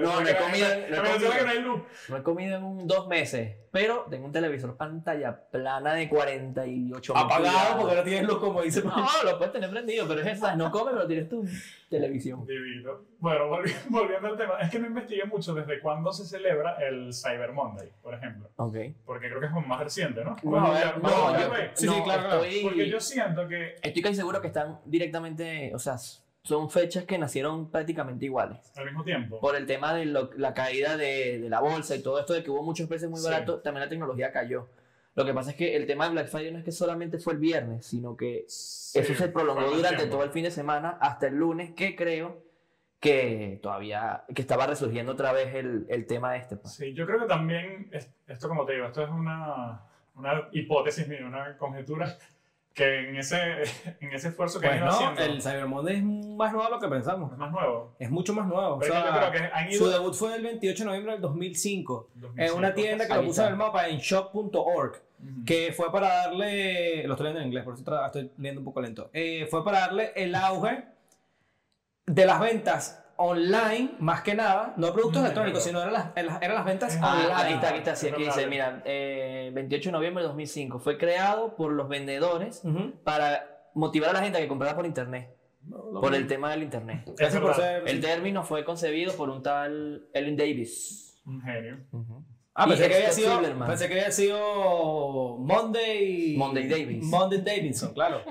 Speaker 1: No, no he comido, no he
Speaker 3: No me
Speaker 1: comido.
Speaker 3: que no hay luz.
Speaker 1: No he comido en un- dos meses, pero tengo un televisor pantalla plana de 48
Speaker 4: Apagado porque no tienes luz, como dice.
Speaker 1: No, lo puedes tener prendido, pero es esa. No comes, pero tienes tu televisión.
Speaker 3: Divino. Bueno, volvi- volviendo al tema, es que no investigué mucho desde cuándo se celebra el Cyber Monday, por ejemplo.
Speaker 1: Ok.
Speaker 3: Porque creo que es como más reciente, ¿no?
Speaker 1: No,
Speaker 3: Vamos a ver,
Speaker 1: no,
Speaker 3: vamos a ver,
Speaker 1: yo-
Speaker 3: güey.
Speaker 4: Sí,
Speaker 1: no,
Speaker 4: sí, claro, claro.
Speaker 1: estoy-
Speaker 3: Porque yo siento que.
Speaker 1: Estoy casi seguro que están directamente, o sea, son fechas que nacieron prácticamente iguales.
Speaker 3: Al mismo tiempo.
Speaker 1: Por el tema de lo- la caída de, de la bolsa y todo esto de que hubo muchos precios muy
Speaker 3: Sí.
Speaker 1: baratos, también la tecnología cayó. Lo que pasa es que el tema de Black Friday no es que solamente fue el viernes, sino que eso se prolongó durante todo el fin de semana hasta el lunes, que creo que todavía, que estaba resurgiendo otra vez el, el tema este. pues.
Speaker 3: Sí, yo creo que también, es- esto como te digo, esto es una, una hipótesis mía, una conjetura, que en ese, en ese esfuerzo que
Speaker 4: Pues
Speaker 3: han ido
Speaker 4: no,
Speaker 3: haciendo
Speaker 4: el Cyber Monday es más nuevo de lo que pensamos.
Speaker 3: es más nuevo.
Speaker 4: Es mucho más nuevo. O
Speaker 3: Pero
Speaker 4: sea,
Speaker 3: yo creo que han
Speaker 4: su
Speaker 3: ido.
Speaker 4: debut fue el 28 de noviembre del 2005 en
Speaker 3: 2005.
Speaker 4: una tienda que
Speaker 1: Ahí
Speaker 4: lo puso
Speaker 1: está.
Speaker 4: en el mapa en shop.org.
Speaker 3: Ujú.
Speaker 4: que fue para darle, lo estoy leyendo en inglés, por eso tra- estoy leyendo un poco lento, Eh, fue para darle el auge de las ventas online, más que nada, no productos
Speaker 3: Mm,
Speaker 4: electrónicos,
Speaker 3: claro.
Speaker 4: sino eran las, eran las- eran las ventas
Speaker 3: Ah,
Speaker 1: Ah,
Speaker 4: online.
Speaker 1: aquí está, aquí está, sí,
Speaker 3: Pero
Speaker 1: aquí dice,
Speaker 3: claro.
Speaker 1: mira, eh, 28 de noviembre de 2005, fue creado por los vendedores
Speaker 4: Ujú.
Speaker 1: para motivar a la gente a que comprara por internet, por el tema del internet.
Speaker 4: Gracias por
Speaker 3: verdad.
Speaker 4: ser...
Speaker 1: El término fue concebido por un tal Ellen Davis.
Speaker 3: Un genio.
Speaker 4: ah, pensé
Speaker 1: y
Speaker 4: que, había
Speaker 1: Hector
Speaker 4: sido,
Speaker 1: Zimmerman.
Speaker 4: pensé que había sido Monday...
Speaker 1: Monday Davis.
Speaker 4: Monday Davidson, claro.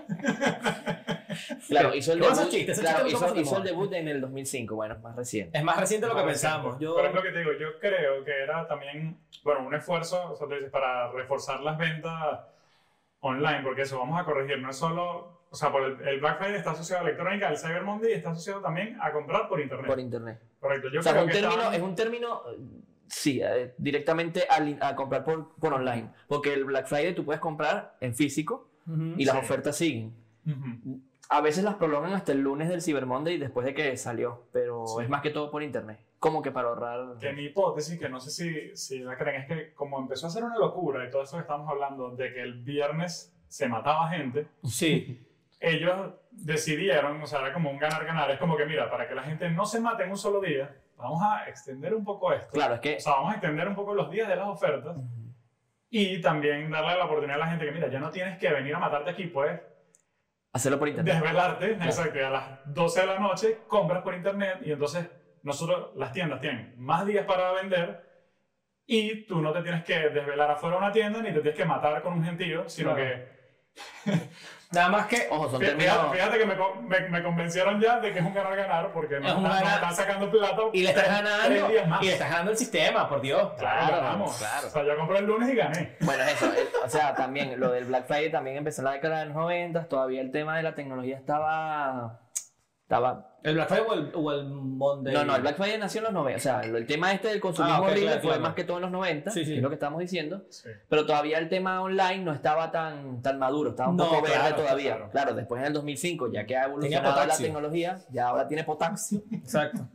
Speaker 1: Claro, hizo el
Speaker 4: Pero
Speaker 1: debut,
Speaker 4: esos chistes, esos
Speaker 1: claro,
Speaker 4: chistes
Speaker 1: hizo,
Speaker 4: nunca se
Speaker 1: hizo el
Speaker 4: mojan.
Speaker 1: debut en el 2005, bueno, es más reciente.
Speaker 4: Es más reciente de lo que
Speaker 3: Más
Speaker 4: pensamos.
Speaker 3: reciente.
Speaker 4: Yo,
Speaker 3: Pero es lo que te digo, yo creo que era también, bueno, un esfuerzo, o sea, tú dices, para reforzar las ventas online, porque eso vamos a corregir, no es solo, o sea, por el, el Black Friday está asociado a electrónica, el Cyber Monday está asociado también a comprar por internet.
Speaker 1: Por internet.
Speaker 3: Correcto, yo
Speaker 1: o sea, es
Speaker 3: creo
Speaker 1: un,
Speaker 3: que
Speaker 1: término,
Speaker 3: estaban-
Speaker 1: es un término, eh, sí, eh, directamente al- a, comprar por, por online. Porque el Black Friday tú puedes comprar en físico
Speaker 4: Ujú.
Speaker 1: y las
Speaker 3: Sí.
Speaker 1: ofertas siguen.
Speaker 3: Ujú.
Speaker 1: A veces las prolongan hasta el lunes del Cyber Monday después de que salió, pero
Speaker 3: Sí.
Speaker 1: es más que todo por internet. Como que para ahorrar.
Speaker 3: Que mi hipótesis, que no sé si, si la creen, es que como empezó a ser una locura y todo eso que estamos hablando, de que el viernes se mataba gente,
Speaker 4: Sí,
Speaker 3: ellos decidieron, o sea, era como un ganar-ganar, es como que mira, para que la gente no se mate en un solo día, vamos a extender un poco esto.
Speaker 1: Claro, es que.
Speaker 3: O sea, vamos a extender un poco los días de las ofertas y también darle la oportunidad a la gente que, mira, ya no tienes que venir a matarte aquí, pues, puedes
Speaker 1: Hacerlo por internet.
Speaker 3: desvelarte, exacto, y a las 12 de la noche compras por internet y entonces nosotros, las tiendas tienen más días para vender y tú no te tienes que desvelar afuera de una tienda ni te tienes que matar con un gentío, sino
Speaker 4: Claro.
Speaker 3: que
Speaker 4: Nada más que
Speaker 1: Ojo, son
Speaker 3: Fíjate,
Speaker 1: términos.
Speaker 3: fíjate que me, co- me- me convencieron ya de que es un ganar-ganar porque nos
Speaker 4: Es un
Speaker 3: está- nos
Speaker 4: ganar-
Speaker 3: están sacando plata.
Speaker 4: Y le estás
Speaker 3: tres- tres
Speaker 4: ganando.
Speaker 3: días más.
Speaker 4: Y le estás ganando el sistema, por Dios.
Speaker 3: Claro,
Speaker 1: Claro,
Speaker 3: ganamos.
Speaker 1: claro.
Speaker 3: O sea, yo compré el lunes y gané.
Speaker 1: Bueno, es eso. eh, O sea, también lo del Black Friday también empezó en la década de los 90. Todavía el tema de la tecnología estaba. Estaba.
Speaker 4: ¿El Black Friday o el, o el Monday?
Speaker 1: No, no, el Black Friday nació en los 90. O sea, lo- el tema este del consumismo
Speaker 4: Ah, ok,
Speaker 1: horrible
Speaker 4: claro,
Speaker 1: fue
Speaker 4: claro.
Speaker 1: más que todo en los 90,
Speaker 4: Sí, sí.
Speaker 1: que es lo que estamos diciendo.
Speaker 3: Sí.
Speaker 1: Pero todavía el tema online no estaba tan, tan maduro, estaba un
Speaker 4: No,
Speaker 1: poco verde
Speaker 4: claro,
Speaker 1: todavía.
Speaker 3: claro.
Speaker 1: Claro. después en el 2005, ya que ha evolucionado la
Speaker 4: potasio.
Speaker 1: tecnología, ya ahora tiene potasio.
Speaker 4: Exacto.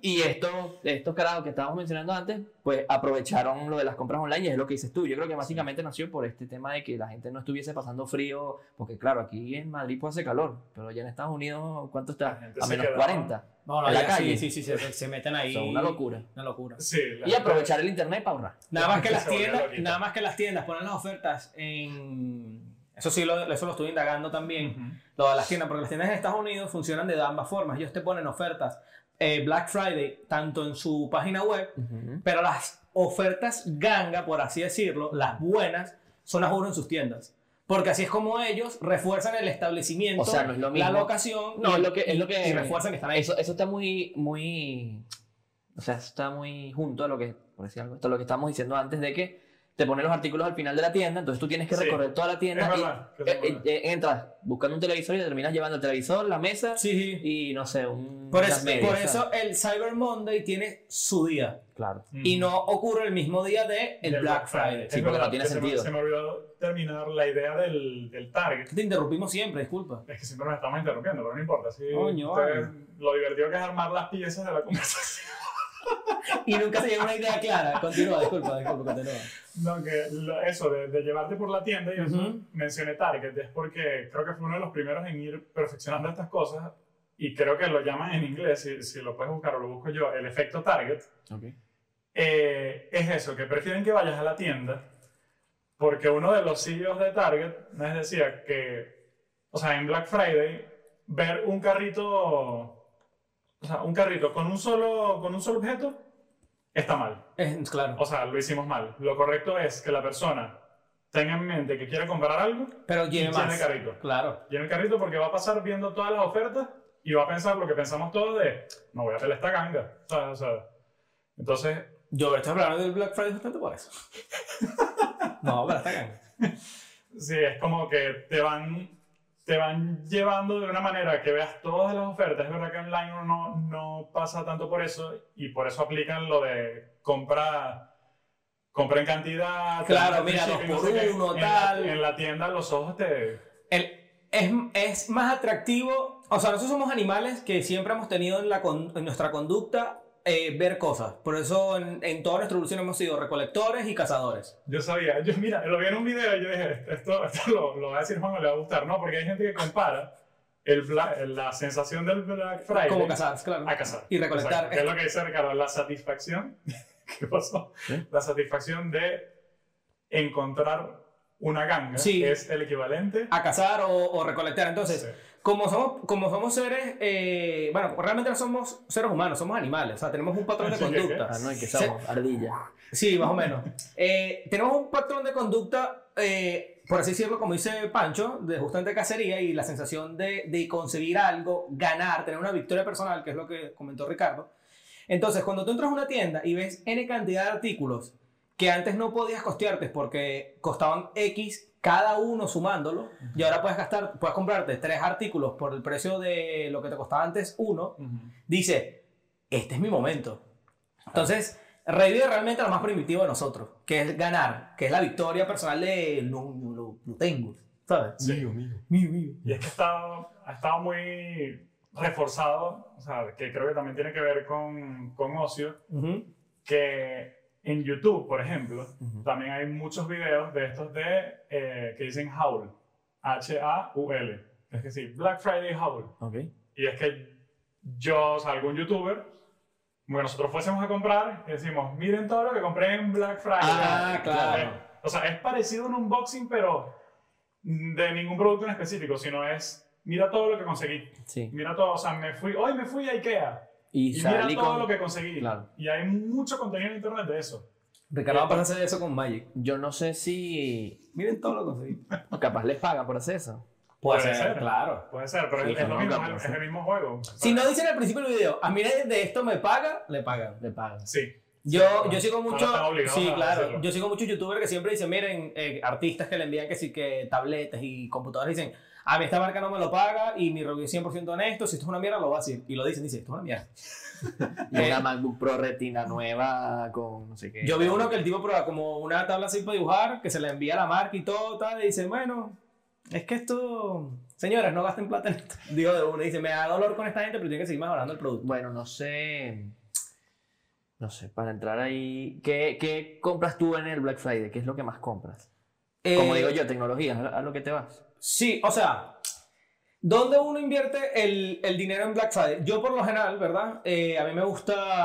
Speaker 1: Y estos, estos carajos que estábamos mencionando antes, pues aprovecharon lo de las compras online y es lo que dices tú. Yo creo que básicamente nació por este tema de que la gente no estuviese pasando frío, porque claro, aquí en Madrid pues hace calor, pero allá en Estados Unidos, ¿cuánto está?
Speaker 3: gente
Speaker 1: A
Speaker 3: se
Speaker 1: menos
Speaker 3: quedaba.
Speaker 1: 40.
Speaker 4: No, no,
Speaker 1: En la
Speaker 4: ya,
Speaker 1: calle.
Speaker 4: Sí, sí, sí, se, se meten ahí.
Speaker 1: Eso es una locura.
Speaker 4: Una locura.
Speaker 3: Sí, la-
Speaker 1: Y aprovechar el internet para ahorrar.
Speaker 4: Nada más que
Speaker 3: Se
Speaker 4: las
Speaker 3: volvió
Speaker 4: tiendas,
Speaker 3: loquito.
Speaker 4: nada más que las tiendas ponen las ofertas en eso sí lo, eso lo estuve indagando también.
Speaker 3: Ujú.
Speaker 4: Lo de las tiendas, porque las tiendas en Estados Unidos funcionan de ambas formas. Ellos te ponen ofertas eh, Black Friday tanto en su página web Pero las ofertas ganga, por así decirlo, las buenas, son las uno en sus tiendas. Porque así es como ellos refuerzan el establecimiento,
Speaker 1: O sea, no es lo
Speaker 4: la
Speaker 1: mismo.
Speaker 4: locación
Speaker 1: No,
Speaker 4: y,
Speaker 1: es lo que- es lo que-
Speaker 4: y refuerzan que están ahí.
Speaker 1: Eso, eso está muy, muy, o sea, eso está muy junto a lo que, por decir algo, esto es lo que estábamos diciendo antes de que te ponen los artículos al final de la tienda, entonces tú tienes que
Speaker 3: Sí.
Speaker 1: recorrer toda la tienda
Speaker 3: Es
Speaker 1: y
Speaker 3: verdad, que
Speaker 1: eh,
Speaker 3: es verdad.
Speaker 1: eh, entras buscando un televisor y te terminas llevando el televisor, la mesa
Speaker 4: Sí, sí.
Speaker 1: y no sé, un
Speaker 4: Por,
Speaker 1: unas
Speaker 4: eso,
Speaker 1: medias,
Speaker 4: por
Speaker 1: o sea,
Speaker 4: eso el Cyber Monday tiene su día.
Speaker 1: claro.
Speaker 4: Y no ocurre el mismo día de el
Speaker 3: Del
Speaker 4: Black Friday.
Speaker 1: Sí,
Speaker 3: Es
Speaker 1: porque no
Speaker 3: verdad,
Speaker 1: tiene
Speaker 3: que se me-
Speaker 1: sentido.
Speaker 3: Se me olvidó terminar la idea del, del target.
Speaker 4: Te interrumpimos siempre, disculpa.
Speaker 3: Es que siempre nos estamos interrumpiendo, pero no importa. sí,
Speaker 4: Coño,
Speaker 3: ustedes-
Speaker 4: vale.
Speaker 3: lo divertido que es armar las piezas de la conversación.
Speaker 4: Y nunca se llega a una idea clara. Continúa, disculpa, disculpa, continúa.
Speaker 3: No, que lo- eso, de, de llevarte por la tienda, y eso
Speaker 4: Ujú.
Speaker 3: mencioné Target, es porque creo que fue uno de los primeros en ir perfeccionando estas cosas, y creo que lo llaman en inglés, si, si lo puedes buscar o lo busco yo, el efecto Target. Eh, es eso, que prefieren que vayas a la tienda, porque uno de los CEOs de Target nos decía que, o sea, en Black Friday, ver un carrito, o sea, un carrito con un solo, con un solo objeto, está mal.
Speaker 4: Eh, claro.
Speaker 3: O sea, lo hicimos mal. Lo correcto es que la persona tenga en mente que quiere comprar algo,
Speaker 4: Pero lleve
Speaker 3: llena el
Speaker 4: más.
Speaker 3: carrito.
Speaker 4: Claro.
Speaker 3: Llena el carrito porque va a pasar viendo todas las ofertas y va a pensar lo que pensamos todos de, no voy a pelar esta ganga. O sea, o sea, entonces,
Speaker 4: Yo estoy hablando del Black Friday justamente por eso. no, pero está acá.
Speaker 3: Sí, es como que te van, te van llevando de una manera que veas todas las ofertas. Es verdad que online uno no, no pasa tanto por eso y por eso aplican lo de compra, compra en cantidad.
Speaker 4: Claro,
Speaker 3: compra en
Speaker 4: mira,
Speaker 3: principio,
Speaker 4: dos
Speaker 3: no sé
Speaker 4: por
Speaker 3: qué.
Speaker 4: uno,
Speaker 3: En
Speaker 4: tal.
Speaker 3: La, en la tienda los ojos te...
Speaker 4: El- es, es más atractivo. O sea, nosotros somos animales que siempre hemos tenido en, la con- en nuestra conducta eh, ver cosas. Por eso en, en toda nuestra evolución hemos sido recolectores y cazadores.
Speaker 3: Yo sabía, yo mira, lo vi en un video y yo dije, "Este, esto, esto lo, lo va a decir Juan, le va a gustar, ¿no? Porque hay gente que compara el Black- la sensación del Black Friday
Speaker 4: Como cazar, claro.
Speaker 3: a cazar.
Speaker 4: Y recolectar.
Speaker 3: Exacto, que es lo que dice Ricardo, la satisfacción. ¿Qué pasó?
Speaker 1: ¿Eh?
Speaker 3: La satisfacción de encontrar una ganga
Speaker 4: Sí.
Speaker 3: que es el equivalente.
Speaker 4: A cazar o, o recolectar. Entonces,
Speaker 3: Sí.
Speaker 4: como, somos, como somos seres. eh, bueno, realmente no somos seres humanos, somos animales. O sea, tenemos un patrón de
Speaker 3: Sí, ¿qué?
Speaker 4: conducta.
Speaker 1: Ah, no, y que
Speaker 4: Se-
Speaker 1: somos ardilla.
Speaker 4: Sí, más o menos. Eh, tenemos un patrón de conducta, eh, por así decirlo, como dice Pancho, de justamente cacería y la sensación de, de conseguir algo, ganar, tener una victoria personal, que es lo que comentó Ricardo. Entonces, cuando tú entras a una tienda y ves N cantidad de artículos que antes no podías costearte porque costaban X cada uno sumándolo, y ahora puedes gastar, puedes comprarte tres artículos por el precio de lo que te costaba antes uno, dice, este es mi momento. Entonces, revive realmente lo más primitivo de nosotros, que es ganar, que es la victoria personal de no, no lo- lo tengo, ¿sabes?
Speaker 3: Sí.
Speaker 4: Mío, mío.
Speaker 3: Y es que ha estado, ha estado muy reforzado, o sea, que creo que también tiene que ver con, con ocio,
Speaker 4: Ujú.
Speaker 3: que en YouTube, por ejemplo,
Speaker 1: Ujú.
Speaker 3: también hay muchos videos de estos de eh, que dicen Howl, H-A-U-L. Es que sí, Black Friday Howl.
Speaker 1: Ok.
Speaker 3: Y es que yo, o sea, algún youtuber, bueno, nosotros fuésemos a comprar y decimos, miren todo lo que compré en Black Friday.
Speaker 4: Ah, claro.
Speaker 3: Eh, O sea, es parecido a un unboxing, pero de ningún producto en específico, sino es, mira todo lo que conseguí.
Speaker 1: Sí.
Speaker 3: Mira todo, o sea, me fui, hoy me fui a Ikea
Speaker 1: Y,
Speaker 3: y, mira
Speaker 1: salí
Speaker 3: todo
Speaker 1: con...
Speaker 3: lo que conseguí.
Speaker 1: Claro.
Speaker 3: Y hay mucho contenido en internet de eso.
Speaker 4: Ricardo va a pasar a hacer eso con Magic.
Speaker 1: Yo no sé si...
Speaker 4: Miren todo lo que conseguí.
Speaker 1: o capaz les pagan por hacer eso.
Speaker 3: Puede ser.
Speaker 5: claro.
Speaker 3: Puede ser, pero
Speaker 1: Sí,
Speaker 3: es, es lo
Speaker 1: no,
Speaker 3: mismo,
Speaker 1: claro,
Speaker 3: es,
Speaker 1: sí.
Speaker 3: el mismo juego.
Speaker 4: Si no dicen al principio del video, a mí nadie de esto me paga, le pagan.
Speaker 1: Le pagan.
Speaker 3: Sí.
Speaker 4: Yo,
Speaker 3: claro.
Speaker 4: yo sigo
Speaker 3: Ahora
Speaker 4: mucho,
Speaker 3: están obligados
Speaker 4: sí,
Speaker 3: a
Speaker 4: claro,
Speaker 3: hacerlo.
Speaker 4: yo sigo muchos youtubers que siempre dicen, miren, eh, artistas que le envían que sí, que tabletas y computadoras dicen, a mí esta marca no me lo paga y mi review es 100% honesto, si esto es una mierda lo va a decir. Y lo dicen, dice, esto es una mierda.
Speaker 1: Y una MacBook Pro Retina nueva con no sé qué.
Speaker 4: Eh, Yo vi uno que el tipo prueba como una tabla así para dibujar, que se la envía a la marca y todo, tal, y dice, bueno, es que esto, señores, no gasten plata en esto. Digo de uno, y dice, me da dolor con esta gente, pero tiene que seguir mejorando el producto.
Speaker 1: Bueno, no sé. No sé, para entrar ahí. ¿Qué, qué compras tú en el Black Friday? ¿Qué es lo que más compras? Como
Speaker 4: Eh,
Speaker 1: digo yo, tecnología, a a lo que te vas.
Speaker 4: Sí, o sea, ¿dónde uno invierte el, el dinero en Black Friday? Yo por lo general, ¿verdad? Eh, a mí me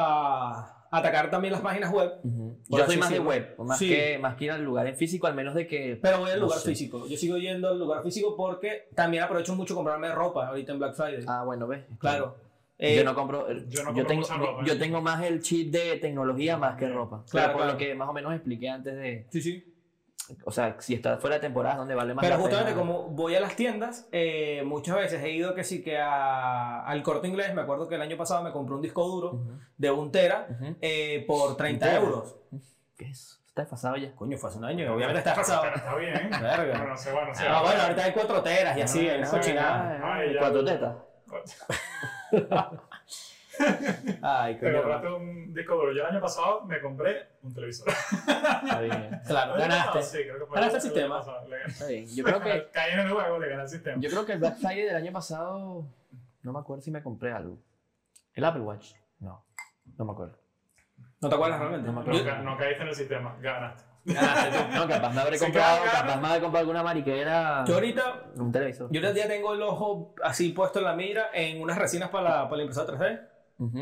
Speaker 4: gusta atacar también las páginas web,
Speaker 1: Yo soy
Speaker 4: así
Speaker 1: más de
Speaker 4: decirlo.
Speaker 1: web, más,
Speaker 4: Sí.
Speaker 1: que, más que ir al lugar en físico, al menos de que.
Speaker 4: pero voy al
Speaker 1: No
Speaker 4: lugar
Speaker 1: sé.
Speaker 4: físico. Yo sigo yendo al lugar físico porque también aprovecho mucho comprarme ropa ahorita en Black Friday.
Speaker 1: Ah, bueno, ves.
Speaker 4: claro. Eh,
Speaker 1: yo no compro.
Speaker 3: yo
Speaker 1: Yo,
Speaker 3: no compro
Speaker 1: tengo,
Speaker 3: mucha ropa,
Speaker 1: yo
Speaker 3: ¿eh?
Speaker 1: tengo más el chip de tecnología más que ropa.
Speaker 4: Claro,
Speaker 1: Claro, por
Speaker 4: claro.
Speaker 1: lo que más o menos expliqué antes de.
Speaker 4: Sí, sí.
Speaker 1: O sea, si está fuera de temporada, donde vale más
Speaker 4: Pero
Speaker 1: la
Speaker 4: justamente
Speaker 1: pena?
Speaker 4: como voy a las tiendas, eh, muchas veces he ido que sí que a- al corte inglés, me acuerdo que el año pasado me compré un disco duro
Speaker 1: Ujú,
Speaker 4: de un tera
Speaker 1: ujú.
Speaker 4: eh, por 30
Speaker 1: ¿Un tera?
Speaker 4: euros.
Speaker 1: ¿Qué es? Está desfasado ya.
Speaker 4: Coño, fue hace un año, obviamente está pasado.
Speaker 3: Está bien.
Speaker 4: Verga.
Speaker 3: Bueno, no sé, bueno, sí.
Speaker 4: Ah, bueno, ahorita hay cuatro teras y así,
Speaker 3: Ah,
Speaker 4: hay una
Speaker 3: sí.
Speaker 4: cochinada.
Speaker 1: Ah,
Speaker 3: Ay, ya.
Speaker 1: cuatro tetas.
Speaker 4: Ay,
Speaker 3: Te
Speaker 4: coño.
Speaker 3: compraste un disco duro. Yo el año pasado me compré un televisor.
Speaker 1: Está bien.
Speaker 4: Claro,
Speaker 3: Ah,
Speaker 4: ganaste.
Speaker 3: sí, creo que fue
Speaker 4: Ganaste el
Speaker 3: año
Speaker 4: sistema.
Speaker 3: pasado. Le-
Speaker 1: Está bien. Yo creo que,
Speaker 3: Caí en el juego, le gané el sistema.
Speaker 1: yo creo que el Black Friday del año pasado. No me acuerdo si me compré algo. ¿El Apple Watch? No. No me acuerdo.
Speaker 4: ¿No te acuerdas realmente?
Speaker 1: No me
Speaker 3: No,
Speaker 1: acuerdo.
Speaker 3: ca- no caíste en el sistema, ganaste.
Speaker 1: No, capaz me habré
Speaker 3: Se
Speaker 1: comprado.
Speaker 3: queda caro.
Speaker 1: Capaz me habré comprado alguna mariquera.
Speaker 4: Yo ahorita,
Speaker 1: Un televisor.
Speaker 4: yo ahorita ya tengo el ojo así puesto en la mira en unas resinas para la, para la impresora 3D.
Speaker 1: Ujú.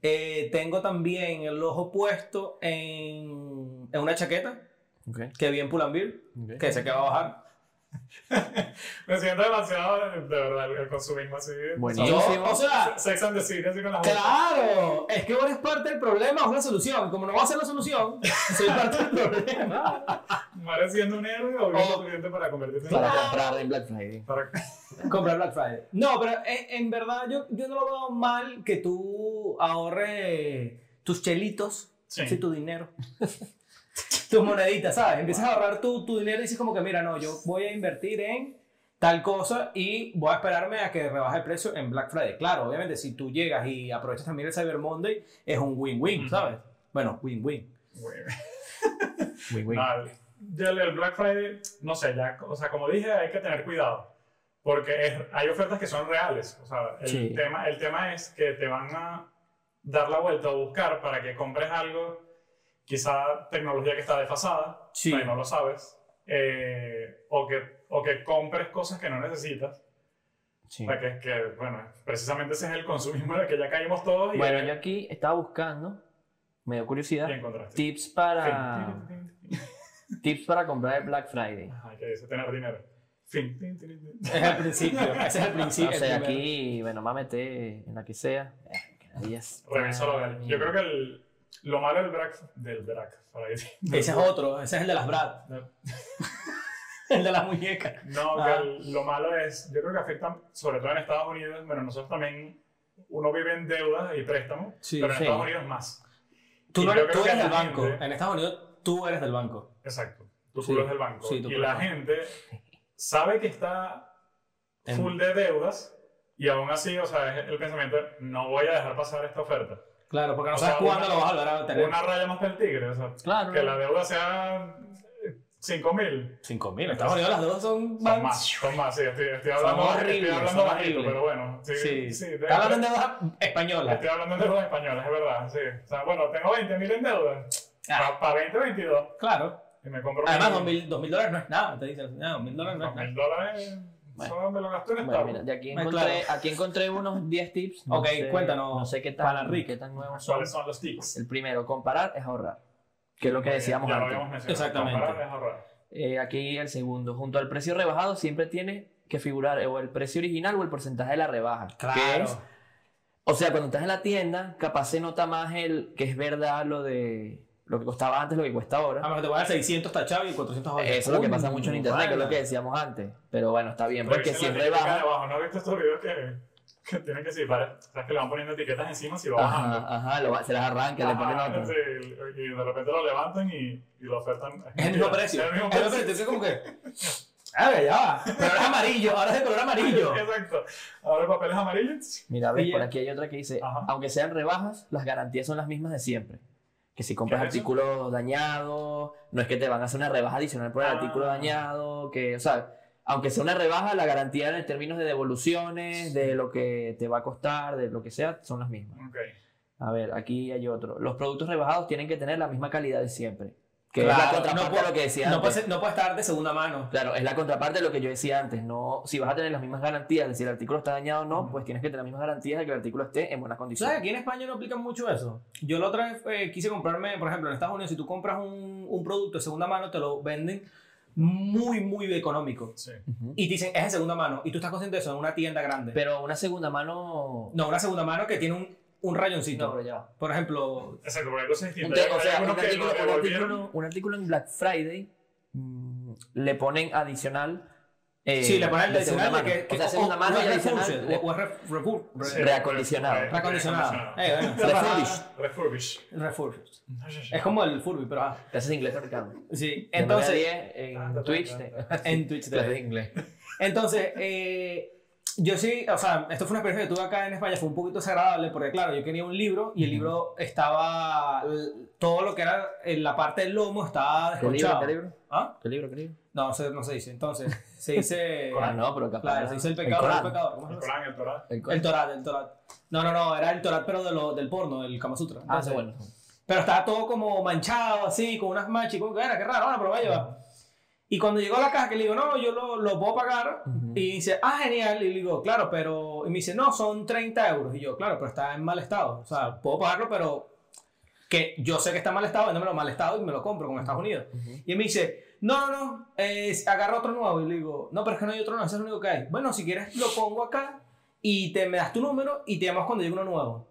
Speaker 4: Eh, tengo también el ojo puesto en, en una chaqueta
Speaker 1: Ok,
Speaker 4: que vi en Pull&Bear,
Speaker 1: ok.
Speaker 4: que sé que va a bajar.
Speaker 3: Me siento demasiado, de verdad, el consumismo así.
Speaker 1: Buenísimo.
Speaker 4: Yo, o sea,
Speaker 3: Sex and the City, así con las botas.
Speaker 4: claro, es que vos eres parte del problema, es la solución. Como no va a ser la solución, soy parte del problema.
Speaker 3: Mueres siendo un héroe o bien
Speaker 4: Oh.
Speaker 3: suficiente para convertirte en
Speaker 1: Para comprar en Black Friday.
Speaker 3: para...
Speaker 4: Comprar Black Friday. No, pero eh, en, en verdad yo, yo no lo veo mal que tú ahorres tus chelitos,
Speaker 3: Sí.
Speaker 4: sí, tu dinero, tus moneditas, ¿sabes? Empiezas a ahorrar tu, tu dinero y dices como que, mira, no, yo voy a invertir en tal cosa y voy a esperarme a que rebaje el precio en Black Friday. Claro, obviamente, si tú llegas y aprovechas también el Cyber Monday, es un win-win,
Speaker 3: Ujú.
Speaker 4: ¿sabes? Bueno, win-win.
Speaker 3: Güey.
Speaker 1: Muy bueno.
Speaker 3: No, el- Ah, ya el, el Black Friday, no sé, ya, o sea, como dije, hay que tener cuidado. Porque es- hay ofertas que son reales. O sea, el,
Speaker 1: Sí.
Speaker 3: tema, el tema es que te van a dar la vuelta a buscar para que compres algo, quizá tecnología que está desfasada,
Speaker 4: Sí.
Speaker 3: pero no lo sabes, eh, o, que, o que compres cosas que no necesitas.
Speaker 1: Sí.
Speaker 3: O sea, que, que, bueno, precisamente ese es el consumismo en el que ya caímos todos y,
Speaker 1: Bueno, yo aquí estaba buscando, me dio curiosidad,
Speaker 3: y encontraste.
Speaker 1: tips para,
Speaker 3: Fin.
Speaker 1: tips para comprar el Black Friday.
Speaker 3: Ajá, que dice tener dinero. Fin. Tin, tin, tin.
Speaker 1: Eh,
Speaker 4: Es el principio, ese es el principio.
Speaker 1: No
Speaker 4: el
Speaker 1: sé,
Speaker 4: primero.
Speaker 1: aquí, bueno, me meter en la que sea. Eh, que nadie es-
Speaker 3: Reviso lo
Speaker 1: Ah,
Speaker 3: del- Yo creo que
Speaker 1: Mierda.
Speaker 3: el- lo malo del Black, del Black Friday.
Speaker 4: Ese es otro, ese es el de las Brad, el de las muñecas.
Speaker 3: No, que
Speaker 4: Ah.
Speaker 3: el- lo malo es, yo creo que afecta, sobre todo en Estados Unidos, bueno, nosotros también, uno vive en deudas y préstamos,
Speaker 4: Sí,
Speaker 3: pero en
Speaker 1: sí.
Speaker 3: Estados Unidos más.
Speaker 4: Tú,
Speaker 3: Y
Speaker 4: no
Speaker 3: yo
Speaker 4: eres,
Speaker 3: creo
Speaker 4: tú
Speaker 3: que
Speaker 4: eres del
Speaker 3: la
Speaker 4: banco.
Speaker 3: gente-
Speaker 4: En Estados Unidos, tú eres del banco.
Speaker 3: Exacto. Tú
Speaker 4: Sí.
Speaker 3: culo es del banco.
Speaker 4: Sí, tu
Speaker 3: y
Speaker 4: culo
Speaker 3: la
Speaker 4: es del
Speaker 3: gente sabe que está
Speaker 4: En-
Speaker 3: full de deudas y aún así, o sea, es el pensamiento, no voy a dejar pasar esta oferta.
Speaker 4: Claro, porque no
Speaker 3: O
Speaker 4: sabes
Speaker 3: sea,
Speaker 4: cuándo
Speaker 3: una-
Speaker 4: lo vas a volver a tener.
Speaker 3: Una raya más que el tigre, o sea,
Speaker 1: Claro.
Speaker 3: que la deuda sea 5 mil.
Speaker 4: 5 mil. En Estados Unidos las dos son.
Speaker 3: Son más, son más, sí, estoy, estoy hablando,
Speaker 4: Son
Speaker 3: estoy
Speaker 4: horribles,
Speaker 3: hablando
Speaker 4: son
Speaker 3: bajito,
Speaker 4: horribles.
Speaker 3: pero bueno. Sí,
Speaker 4: Sí.
Speaker 3: sí.
Speaker 4: Está hablando
Speaker 3: de, Este-
Speaker 4: en deudas españolas.
Speaker 3: estoy hablando en deudas españolas, es verdad, sí. O sea, bueno, tengo 20.000 en deudas.
Speaker 4: Ah.
Speaker 3: Para 2022.
Speaker 4: Claro.
Speaker 3: Y me compro
Speaker 4: Además,
Speaker 3: mi-
Speaker 4: 2 mil dólares no es nada. Te dicen, no, 2 mil dólares no es
Speaker 3: dos mil
Speaker 4: nada.
Speaker 3: dólares.
Speaker 1: Bueno.
Speaker 3: Solo me lo gasté en
Speaker 1: Bueno,
Speaker 3: Starbucks.
Speaker 1: mira, de aquí
Speaker 4: Ah,
Speaker 1: encontré, aquí encontré unos 10 tips.
Speaker 4: Ok, cuéntanos,
Speaker 1: No sé qué tan,
Speaker 4: para Rick.
Speaker 1: qué tan nuevos son.
Speaker 3: ¿Cuáles son los tips?
Speaker 1: El primero, comparar es ahorrar, que es lo que decíamos
Speaker 3: ya lo
Speaker 1: antes.
Speaker 3: habíamos mencionado.
Speaker 4: Exactamente.
Speaker 3: Comparar es ahorrar.
Speaker 1: Eh, aquí el segundo, junto al precio rebajado siempre tiene que figurar o el precio original o el porcentaje de la rebaja. que es-
Speaker 4: Claro.
Speaker 1: o sea, cuando estás en la tienda, capaz se nota más el que es verdad lo de lo que costaba antes, lo que cuesta ahora.
Speaker 4: Ah, pero te voy a dar 600 tachado y 400 abajo.
Speaker 1: Eso es lo que pasa mucho en
Speaker 4: Coño,
Speaker 1: internet, que es lo
Speaker 4: pana.
Speaker 1: que decíamos antes. Pero bueno, está bien, porque si
Speaker 3: Revisen
Speaker 1: es
Speaker 3: la etiqueta
Speaker 1: rebaja.
Speaker 3: de abajo. ¿No has visto estos videos que, que tienen que disparar? ¿Sabes que le van poniendo etiquetas encima si va bajando?
Speaker 1: Ajá, ajá, lo va- se las arranca, le ponen
Speaker 3: Ajá,
Speaker 1: otra.
Speaker 3: sí, y y de repente lo levantan y, y lo ofertan.
Speaker 4: Es el mismo precio.
Speaker 3: Es el mismo
Speaker 4: Es el
Speaker 3: precio.
Speaker 4: precio, es como que. Ah, ya va. Pero ahora es amarillo, ahora es de color amarillo.
Speaker 3: Exacto. Ahora el papel es amarillo. tss,
Speaker 1: Mira, ves,
Speaker 4: Oye.
Speaker 1: por aquí hay otra que dice,
Speaker 3: Ajá.
Speaker 1: aunque sean rebajas, las garantías son las mismas de siempre. Que si compras
Speaker 3: ¿Qué es eso?
Speaker 1: artículos dañados, no es que te van a hacer una rebaja adicional por el
Speaker 3: Ah.
Speaker 1: artículo dañado, que, o sea, aunque sea una rebaja, la garantía en términos de devoluciones, de lo que te va a costar, de lo que sea, son las mismas.
Speaker 3: Ok.
Speaker 1: A ver, aquí hay otro. Los productos rebajados tienen que tener la misma calidad de siempre. Que es la
Speaker 4: Claro,
Speaker 1: contraparte
Speaker 4: no
Speaker 1: de
Speaker 4: puede-
Speaker 1: lo que decía
Speaker 4: No
Speaker 1: antes.
Speaker 4: puede, ser- no puede estar de segunda mano.
Speaker 1: Claro, es la contraparte de lo que yo decía antes. No, si vas a tener las mismas garantías de si el artículo está dañado o no, pues tienes que tener las mismas garantías de que el artículo esté en buenas
Speaker 4: ¿Sabes?
Speaker 1: condiciones.
Speaker 4: Aquí en España no aplican mucho eso. Yo la otra vez eh, quise comprarme, por ejemplo, en Estados Unidos, si tú compras un, un producto de segunda mano, te lo venden muy, muy económico.
Speaker 3: Sí.
Speaker 1: Ujú.
Speaker 4: Y te dicen, es de segunda mano. Y tú estás consciente de eso en una tienda grande.
Speaker 1: Pero una segunda mano.
Speaker 4: no, una segunda mano que tiene un, un rayoncito.
Speaker 1: No, pero ya va.
Speaker 4: Por ejemplo,
Speaker 3: Exacto, porque hay cosas
Speaker 1: Un
Speaker 3: distintas.
Speaker 1: te- o
Speaker 3: Hay
Speaker 1: sea, un
Speaker 3: algunos que
Speaker 1: artículo,
Speaker 3: lo
Speaker 1: un
Speaker 3: devolvieron.
Speaker 1: artículo- un artículo en Black Friday mm, le ponen adicional. eh,
Speaker 4: sí, le ponen el
Speaker 1: de segunda
Speaker 4: adicional de
Speaker 1: mano.
Speaker 4: que, que
Speaker 1: o sea, segunda mano
Speaker 4: o
Speaker 1: y
Speaker 4: es
Speaker 1: adicional.
Speaker 4: refurbished, o es re- refu- re-
Speaker 3: Sí,
Speaker 1: reacondicionado.
Speaker 3: re-
Speaker 4: reacondicionado. Eh, bueno, esa
Speaker 1: Refurbished.
Speaker 4: palabra-
Speaker 3: Refurbished.
Speaker 4: refurbished.
Speaker 3: Refurbished.
Speaker 4: Es como el Furby, pero ah,
Speaker 1: Clases de inglés, Ricardo.
Speaker 4: sí.
Speaker 1: De nueve a
Speaker 4: Entonces,
Speaker 1: 10
Speaker 3: Ah,
Speaker 1: en
Speaker 3: ta, ta,
Speaker 1: Twitch.
Speaker 3: ta,
Speaker 1: te-
Speaker 3: ta.
Speaker 4: en Twitch
Speaker 1: Clases
Speaker 4: TV.
Speaker 1: de inglés.
Speaker 4: Entonces, eh, yo sí, o sea, esto fue una experiencia que tuve acá en España, fue un poquito desagradable porque, claro, yo quería un libro y el libro estaba, l- todo lo que era en la parte del lomo estaba
Speaker 1: ¿Qué libro?
Speaker 4: descolchado.
Speaker 1: ¿Qué libro?
Speaker 4: ¿Ah?
Speaker 1: ¿Qué libro? ¿Qué libro?
Speaker 4: No, se- no se dice. Entonces, se dice...
Speaker 1: Ah, no, pero capaz.
Speaker 4: Claro, se dice el pecado del
Speaker 1: Corán.
Speaker 4: pecador. ¿Cómo se
Speaker 3: El
Speaker 4: llama?
Speaker 3: Corán, el Torá.
Speaker 1: El Corán.
Speaker 4: El Torah, el Torah. No, no, no, era el Torah, pero de lo, del porno, del Kama Sutra.
Speaker 1: Ah,
Speaker 4: Entonces,
Speaker 1: está bueno.
Speaker 4: Pero estaba todo como manchado, así, con unas manchas, y como que era, qué raro, bueno, pero va a llevar. Y cuando llegó a la caja, que le digo, no, yo lo, lo puedo pagar.
Speaker 1: Ujú.
Speaker 4: Y dice, ah, genial. Y le digo, claro, pero. Y me dice, no, son 30 euros. Y yo, claro, pero está en mal estado. O sea, puedo pagarlo, pero. Que yo sé que está en mal estado, véndemelo en mal estado y me lo compro como en Estados Unidos.
Speaker 1: Ujú.
Speaker 4: Y él me dice, no, no, no, eh, agarra otro nuevo. Y le digo, no, pero es que no hay otro nuevo, ese es el único que hay. Bueno, si quieres lo pongo acá y te me das tu número y te llamas cuando llegue uno nuevo.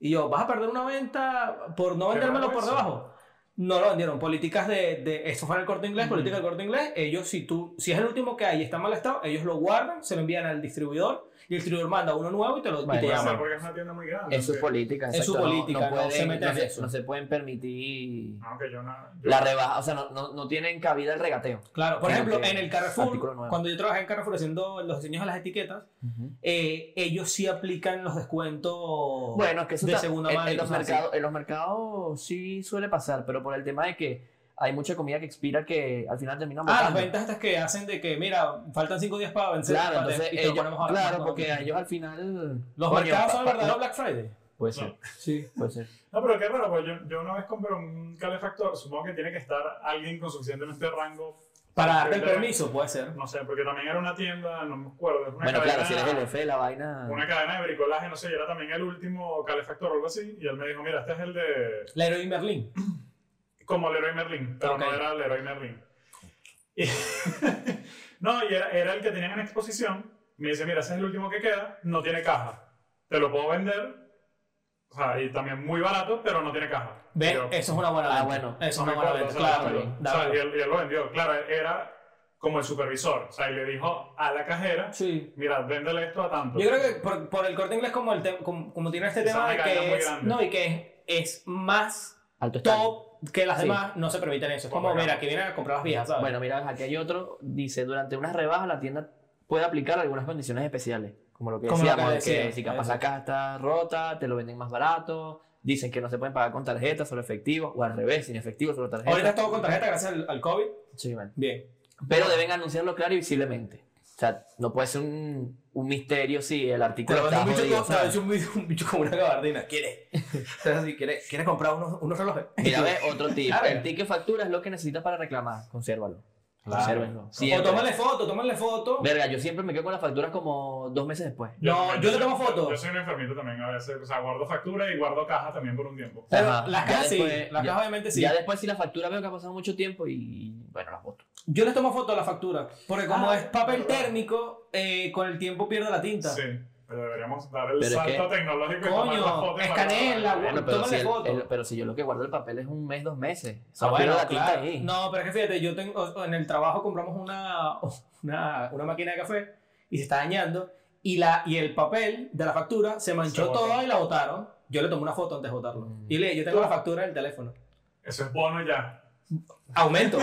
Speaker 4: Y yo, ¿vas a perder una venta por no
Speaker 3: Qué
Speaker 4: vendérmelo
Speaker 3: raro
Speaker 4: por
Speaker 3: eso.
Speaker 4: debajo? No lo vendieron. Políticas de, de esto fue en el corte inglés, políticas del corte inglés. Ellos, si tú, si es el último que hay y está en mal estado, ellos lo guardan, se lo envían al distribuidor y el distribuidor manda uno nuevo y te lo y
Speaker 1: Vale,
Speaker 4: te
Speaker 3: Puede
Speaker 4: llama.
Speaker 3: ser porque es una tienda muy grande.
Speaker 1: Es su
Speaker 3: aunque-
Speaker 1: política.
Speaker 4: Es su
Speaker 1: exacto, no-
Speaker 4: política, no se meten en
Speaker 1: se-
Speaker 4: eso.
Speaker 1: no se pueden permitir
Speaker 3: Aunque Ah, yo no. yo-
Speaker 1: la rebaja. O sea, no, no, no tienen cabida el regateo.
Speaker 4: Claro, por
Speaker 1: Sino
Speaker 4: ejemplo,
Speaker 1: que
Speaker 4: en el
Speaker 1: artículo nuevo.
Speaker 4: Carrefour, cuando yo trabajé en Carrefour haciendo los diseños de las etiquetas, eh, ellos sí aplican los descuentos
Speaker 1: Bueno, es que eso
Speaker 4: de
Speaker 1: está-
Speaker 4: segunda
Speaker 1: en-
Speaker 4: mano.
Speaker 1: en,
Speaker 4: y
Speaker 1: los
Speaker 4: cosas así.
Speaker 1: mercados, en los mercados sí suele pasar, pero por el tema de que hay mucha comida que expira que al final termina
Speaker 4: Ah, las
Speaker 1: botando.
Speaker 4: ventas estas que hacen de que, mira, faltan 5 días para vencer.
Speaker 1: Claro,
Speaker 4: para-
Speaker 1: entonces
Speaker 4: y te lo
Speaker 1: ellos,
Speaker 4: ponemos ahora.
Speaker 1: claro,
Speaker 4: No,
Speaker 1: porque
Speaker 4: no.
Speaker 1: a ellos al final...
Speaker 4: Los
Speaker 1: coño,
Speaker 4: mercados
Speaker 1: pa-
Speaker 4: son
Speaker 1: pa-
Speaker 4: verdadero
Speaker 1: no,
Speaker 4: Black Friday.
Speaker 1: Puede ser,
Speaker 4: Sí.
Speaker 1: puede ser.
Speaker 3: No, pero qué raro, pues yo, yo una vez compré un calefactor. Supongo que tiene que estar alguien con suficiente en este rango.
Speaker 4: Para darte el
Speaker 3: Pero-
Speaker 4: permiso, puede ser.
Speaker 3: No sé, porque también era una tienda, no me acuerdo. es Una
Speaker 1: Bueno,
Speaker 3: cadena,
Speaker 1: claro, si eres el jefe de la vaina...
Speaker 3: Una cadena de bricolaje, no sé, y era también el último calefactor o algo así. Y él me dijo, mira, este es el de.
Speaker 4: La heroína Merlin.
Speaker 3: Como Leroy Merlin, pero
Speaker 4: Ok.
Speaker 3: no era Leroy Merlin. Y- no, y era, era el que tenían en exposición. Me dice, mira, ese es el último que queda, no tiene caja. Te lo puedo vender. O sea, y también muy barato, pero no tiene caja.
Speaker 4: Ve,
Speaker 3: Y yo,
Speaker 4: eso es una buena
Speaker 1: Ah,
Speaker 4: venta.
Speaker 1: bueno.
Speaker 4: Eso
Speaker 3: No
Speaker 4: es
Speaker 3: me
Speaker 4: una buena
Speaker 3: acuerdo,
Speaker 4: venta.
Speaker 3: o sea,
Speaker 4: Claro,
Speaker 3: dámelo.
Speaker 4: dámelo.
Speaker 3: O sea, y él, y él lo vendió. Claro, era como el supervisor. O sea, y le dijo a la cajera,
Speaker 4: Sí.
Speaker 3: mira, véndele esto a tanto.
Speaker 4: Yo creo que por, por el corte inglés, como, el tem- como, como tiene este
Speaker 3: Esa
Speaker 4: tema de
Speaker 3: marca era
Speaker 4: que
Speaker 3: muy
Speaker 4: es,
Speaker 3: grande.
Speaker 4: no, y que es, es más
Speaker 1: Alto estándar.
Speaker 4: top que las
Speaker 1: Sí.
Speaker 4: demás, no se permiten eso. Es como,
Speaker 3: Bueno,
Speaker 4: mira, que vienen a comprar las viejas, ¿sabes?
Speaker 1: Bueno, mira, aquí hay otro. Dice, durante unas rebajas la tienda puede aplicar algunas condiciones especiales. Como lo que
Speaker 4: Como lo
Speaker 1: decíamos,
Speaker 4: que
Speaker 1: de que
Speaker 4: decía,
Speaker 1: si capaz
Speaker 4: eso.
Speaker 1: la caja está rota, te lo venden más barato. Dicen que no se pueden pagar con tarjeta, solo efectivo. O al revés, sin efectivo, solo tarjeta.
Speaker 4: Ahorita es todo con tarjeta gracias al, al COVID.
Speaker 1: Sí, bueno.
Speaker 4: Bien.
Speaker 1: Pero deben anunciarlo claro y visiblemente. O sea, no puede ser un, un misterio si el
Speaker 4: Te
Speaker 1: artículo
Speaker 4: lo
Speaker 1: está
Speaker 4: mando mucho
Speaker 1: jodido,
Speaker 4: como,
Speaker 1: ¿sabes?
Speaker 4: ¿sabes? Un, bicho, un bicho como una gabardina. ¿Quieres? Entonces, así, ¿quieres, ¿quieres comprar unos, unos relojes?
Speaker 1: Mira, ve, otro tip.
Speaker 4: Claro.
Speaker 1: El ticket factura es lo que necesitas para reclamar. Consérvalo. Consérvenlo.
Speaker 4: O
Speaker 1: Siempre.
Speaker 4: tómale foto, tómale foto.
Speaker 1: Verga, yo siempre me quedo con las facturas como dos meses después.
Speaker 4: No, yo le tomo foto.
Speaker 3: Yo soy un enfermito también a veces. O sea, guardo factura y guardo caja también por un tiempo.
Speaker 4: Pero
Speaker 1: Ajá.
Speaker 4: las
Speaker 1: Ya
Speaker 4: cajas sí,
Speaker 1: después-
Speaker 4: las
Speaker 1: ya-
Speaker 4: cajas obviamente sí.
Speaker 1: Ya después si la factura veo que ha pasado mucho tiempo y bueno, las voto.
Speaker 4: Yo les tomo foto a la factura. Porque como
Speaker 3: Ah,
Speaker 4: es papel
Speaker 3: verdad.
Speaker 4: térmico, eh, con el tiempo pierdo la tinta.
Speaker 3: Sí. Pero deberíamos dar el
Speaker 1: Pero es
Speaker 3: salto tecnológico y tomar
Speaker 4: Coño,
Speaker 3: la foto. y mandar-
Speaker 4: escanéenla, güey.
Speaker 1: Bueno, pero si,
Speaker 4: Tómale
Speaker 1: el-
Speaker 4: foto.
Speaker 1: el- pero si yo lo que guardo el papel es un mes, dos meses. O sea,
Speaker 4: Ah, bueno,
Speaker 1: pierdo la tinta
Speaker 4: claro.
Speaker 1: ahí.
Speaker 4: No, pero es que fíjate, yo tengo, o- en el trabajo compramos una, una, una máquina de café y se está dañando y, la, y el papel de la factura se manchó
Speaker 3: Se botó.
Speaker 4: toda y la botaron. Yo le tomé una foto antes de botarlo.
Speaker 1: Mm.
Speaker 4: Y le yo tengo la factura del teléfono.
Speaker 3: Eso es bono ya.
Speaker 4: Aumento,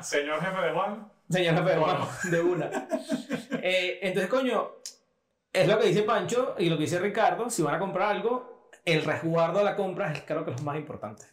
Speaker 3: Señor jefe de Juan,
Speaker 4: señor jefe,
Speaker 3: Bueno.
Speaker 4: vamos, de una. Eh, entonces, coño, es lo que dice Pancho y lo que dice Ricardo, si van a comprar algo, el resguardo de la compra es creo que es lo más importante.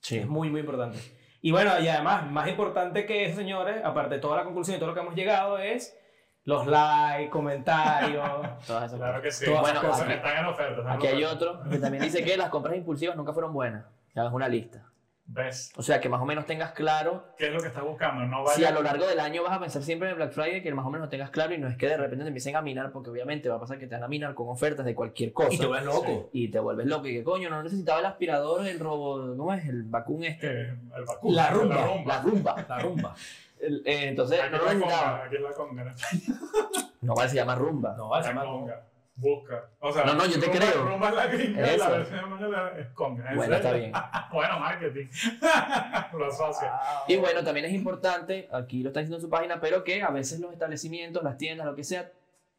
Speaker 1: Sí.
Speaker 4: Es muy, muy importante. Y bueno, y además, más importante que eso, señores, aparte de toda la conclusión y todo lo que hemos llegado, es los likes, comentarios.
Speaker 1: Todas esas
Speaker 3: claro
Speaker 1: cosas.
Speaker 3: que sí.
Speaker 1: Todas
Speaker 3: Bueno,
Speaker 1: esas
Speaker 3: cosas
Speaker 1: cosas.
Speaker 3: que están en oferta. están en
Speaker 1: Aquí hay
Speaker 3: oferta.
Speaker 1: otro que también dice que las compras impulsivas nunca fueron buenas. Que hagas una lista.
Speaker 3: ¿Ves?
Speaker 1: O sea, que más o menos tengas claro.
Speaker 3: ¿Qué es lo que estás buscando? No
Speaker 1: Si
Speaker 3: vaya
Speaker 1: a lo largo del año vas a pensar siempre en el Black Friday, que más o menos lo tengas claro y no es que de repente te empiecen a minar, porque obviamente va a pasar que te van a minar con ofertas de cualquier cosa.
Speaker 4: y te vuelves loco.
Speaker 1: Y te vuelves loco. Y que coño, no necesitaba el aspirador, el robot, ¿cómo es? El vacún este.
Speaker 3: eh, el vacuno,
Speaker 4: La rumba,
Speaker 3: La rumba.
Speaker 1: La rumba.
Speaker 4: La rumba.
Speaker 1: El- eh, entonces,
Speaker 3: Aquí
Speaker 1: no lo
Speaker 3: la
Speaker 1: necesitaba.
Speaker 3: conga, aquí la conga.
Speaker 1: No vale, se llama rumba.
Speaker 4: No, vale,
Speaker 3: La
Speaker 4: chama, no.
Speaker 3: conga. Busca. O sea,
Speaker 1: No, no, yo te
Speaker 3: rumba-
Speaker 1: creo.
Speaker 3: Rumba es la gringa,
Speaker 1: Eso.
Speaker 3: la versión de la es conga. ¿en
Speaker 1: Bueno, está
Speaker 3: serio?
Speaker 1: bien.
Speaker 3: bueno, marketing. lo asocia.
Speaker 1: Y bueno, también es importante, aquí lo está diciendo en su página, pero que a veces los establecimientos, las tiendas, lo que sea,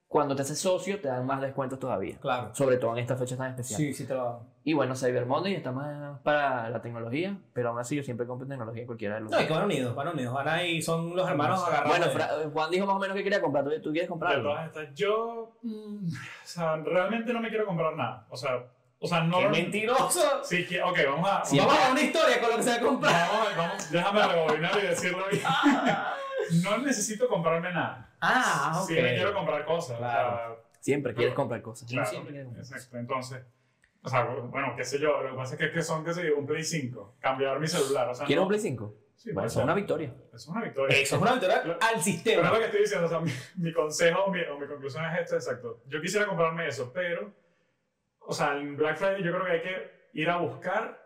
Speaker 1: cuando te haces socio te dan más descuentos todavía.
Speaker 4: Claro.
Speaker 1: Sobre todo en esta fecha tan especial.
Speaker 4: Sí, sí te lo
Speaker 1: Y bueno, Cyber Monday está más para la tecnología, pero aún así yo siempre compro tecnología en cualquiera de los
Speaker 4: No, es
Speaker 1: días.
Speaker 4: que van unidos, van unidos. Van ahí, son los hermanos agarrados.
Speaker 1: Bueno,
Speaker 4: de-
Speaker 1: Fra- Juan dijo más o menos que quería comprar. ¿Tú, tú quieres comprar
Speaker 3: De
Speaker 1: algo?
Speaker 3: todas estas, ¿eh? yo. mm, o sea, realmente no me quiero comprar nada. O sea, o sea no.
Speaker 4: ¡Qué mentiroso!
Speaker 3: Sí, que- ok, vamos a.
Speaker 1: Sí.
Speaker 4: Vamos a dar una historia con lo que se va a comprar.
Speaker 3: Vamos, vamos, déjame rebobinar y decirlo bien. No necesito comprarme nada.
Speaker 4: Ah,
Speaker 3: Sí, me quiero comprar cosas.
Speaker 4: Claro.
Speaker 3: O
Speaker 1: Siempre quieres comprar cosas.
Speaker 3: sea, claro,
Speaker 1: Siempre quieres comprar cosas.
Speaker 3: Exacto, entonces. O sea, bueno, qué sé yo, lo que pasa es que, que son, qué sé yo, un Play 5, cambiar mi celular. O sea,
Speaker 1: ¿Quieres
Speaker 3: no-
Speaker 1: un Play 5?
Speaker 3: Sí,
Speaker 1: bueno,
Speaker 3: puede
Speaker 1: eso es
Speaker 3: ser.
Speaker 1: una victoria.
Speaker 3: Es una victoria.
Speaker 4: Eso es una aventura
Speaker 3: Claro.
Speaker 4: al
Speaker 3: Pero es
Speaker 4: sistema.
Speaker 3: lo que estoy diciendo, o sea, mi, mi consejo o mi, o mi conclusión es esta, exacto. Yo quisiera comprarme eso, pero, o sea, en Black Friday yo creo que hay que ir a buscar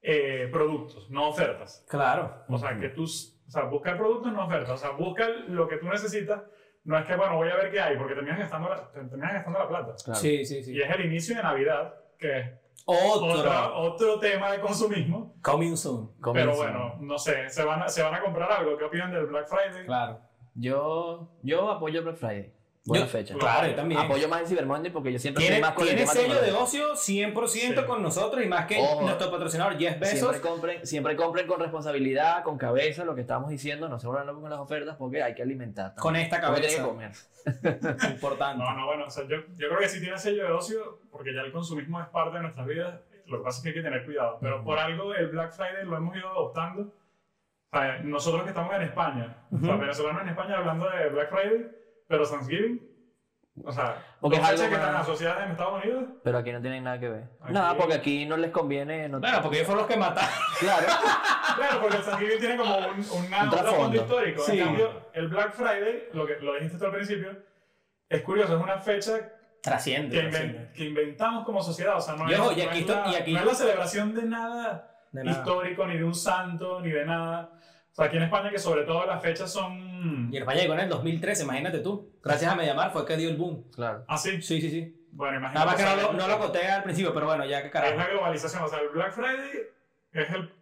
Speaker 3: eh, productos, no ofertas.
Speaker 4: Claro.
Speaker 3: O sea, que tú, o sea, buscar productos, no ofertas. O sea, busca lo que tú necesitas. No es que, bueno, voy a ver qué hay, porque terminas gastando la, te- terminas gastando la plata.
Speaker 1: Claro.
Speaker 4: Sí, sí, sí.
Speaker 3: Y es el inicio de Navidad, que es otra-
Speaker 4: Otro.
Speaker 3: otro tema de consumismo.
Speaker 4: Coming soon.
Speaker 1: Comienza.
Speaker 3: Pero bueno, no sé, se van, a, se van a comprar algo. ¿Qué opinan del Black Friday?
Speaker 4: Claro.
Speaker 1: Yo, yo apoyo el Black Friday. Buena
Speaker 4: Yo-
Speaker 1: fecha.
Speaker 4: Claro, yo también.
Speaker 1: Apoyo más el Cyber Monday porque yo siempre soy
Speaker 4: Tiene,
Speaker 1: más con el
Speaker 4: tiene
Speaker 1: tema
Speaker 4: sello de
Speaker 1: tecnológico.
Speaker 4: ocio 100%
Speaker 3: Sí.
Speaker 4: con nosotros y más que
Speaker 1: Ojo.
Speaker 4: nuestro patrocinador Jeff Bezos.
Speaker 1: Siempre compren, siempre compren con responsabilidad, con cabeza, lo que estamos diciendo, no se vuelvan locos con las ofertas porque hay que alimentar. también.
Speaker 4: Con esta
Speaker 1: Porque tiene
Speaker 4: cabeza.
Speaker 1: que comer.
Speaker 4: Importante.
Speaker 3: No, no, bueno, o sea, yo, yo creo que sí tiene sello de ocio, porque ya el consumismo es parte de nuestras vidas. Lo que pasa es que hay que tener cuidado. Pero por algo el Black Friday lo hemos ido adoptando. O sea, nosotros que estamos en España, o sea,
Speaker 4: Ujú.
Speaker 3: venezolanos en España hablando de Black Friday, pero Thanksgiving, o sea,
Speaker 1: Porque
Speaker 3: dos
Speaker 1: es algo
Speaker 3: fechas que
Speaker 1: más-
Speaker 3: están asociadas en Estados Unidos.
Speaker 1: Pero aquí no tienen nada que ver.
Speaker 3: Aquí-
Speaker 1: Nada, porque aquí no les conviene. no-
Speaker 4: Bueno, porque ellos fueron los que mataron.
Speaker 1: Claro.
Speaker 3: Claro, porque el Thanksgiving tiene como un, una-
Speaker 1: Un
Speaker 3: un
Speaker 1: trasfondo.
Speaker 3: trasfondo histórico.
Speaker 4: Sí.
Speaker 3: En cambio, el Black Friday, lo, que, lo dijiste tú al principio, es curioso, es una fecha
Speaker 4: Trasciende.
Speaker 3: que, inven-
Speaker 4: trasciende.
Speaker 3: que inventamos como sociedad. O sea, no,
Speaker 4: Y
Speaker 3: es,
Speaker 4: ojo, y
Speaker 3: no
Speaker 4: aquí
Speaker 3: es
Speaker 4: esto-
Speaker 3: la,
Speaker 4: y aquí-
Speaker 3: no es la celebración de nada,
Speaker 4: De nada.
Speaker 3: histórico, ni de un santo, ni de nada. O sea, aquí en España, que sobre todo las fechas son.
Speaker 4: Y España llegó en el 2013, imagínate tú. Gracias a Mediamar fue que dio el boom.
Speaker 1: Claro.
Speaker 3: Así.
Speaker 4: Sí, sí, sí.
Speaker 3: Bueno, imagínate.
Speaker 4: Nada más que no
Speaker 3: o sea,
Speaker 4: lo, no lo conté al principio, pero bueno, ya que
Speaker 3: Es la
Speaker 4: carajo.
Speaker 3: globalización. O sea, el Black Friday es el,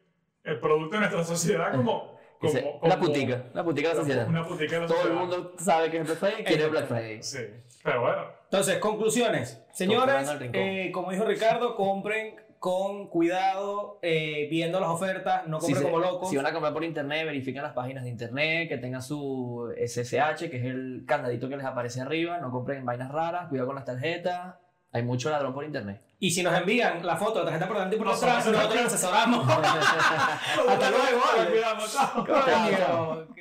Speaker 3: el producto de nuestra sociedad como.
Speaker 1: Dice,
Speaker 3: como, como
Speaker 1: la putica, la putica de la sociedad.
Speaker 3: Una putica de la
Speaker 1: Todo el
Speaker 3: sociedad.
Speaker 1: mundo sabe que es Black Friday y quiere Black Friday.
Speaker 3: Sí. Pero bueno,
Speaker 4: Entonces, conclusiones.
Speaker 1: Comprando
Speaker 4: Señores,
Speaker 1: al rincón.
Speaker 4: eh, como dijo Ricardo, compren con cuidado, eh, viendo las ofertas, no
Speaker 1: Si,
Speaker 4: compren
Speaker 1: se-
Speaker 4: como locos.
Speaker 1: si van a comprar por internet, verifiquen las páginas de internet, que tengan su SSH, que es el candadito que les aparece arriba. No compren vainas raras, cuidado con las tarjetas. Hay mucho ladrón por internet.
Speaker 4: Y si nos envían la foto de la tarjeta por delante y por
Speaker 3: Nosotros
Speaker 4: detrás, nosotros
Speaker 3: hacemos-
Speaker 4: nos asesoramos. Hasta luego, vale.
Speaker 3: cuidado, chao.
Speaker 1: Chao, chao.
Speaker 4: Coño.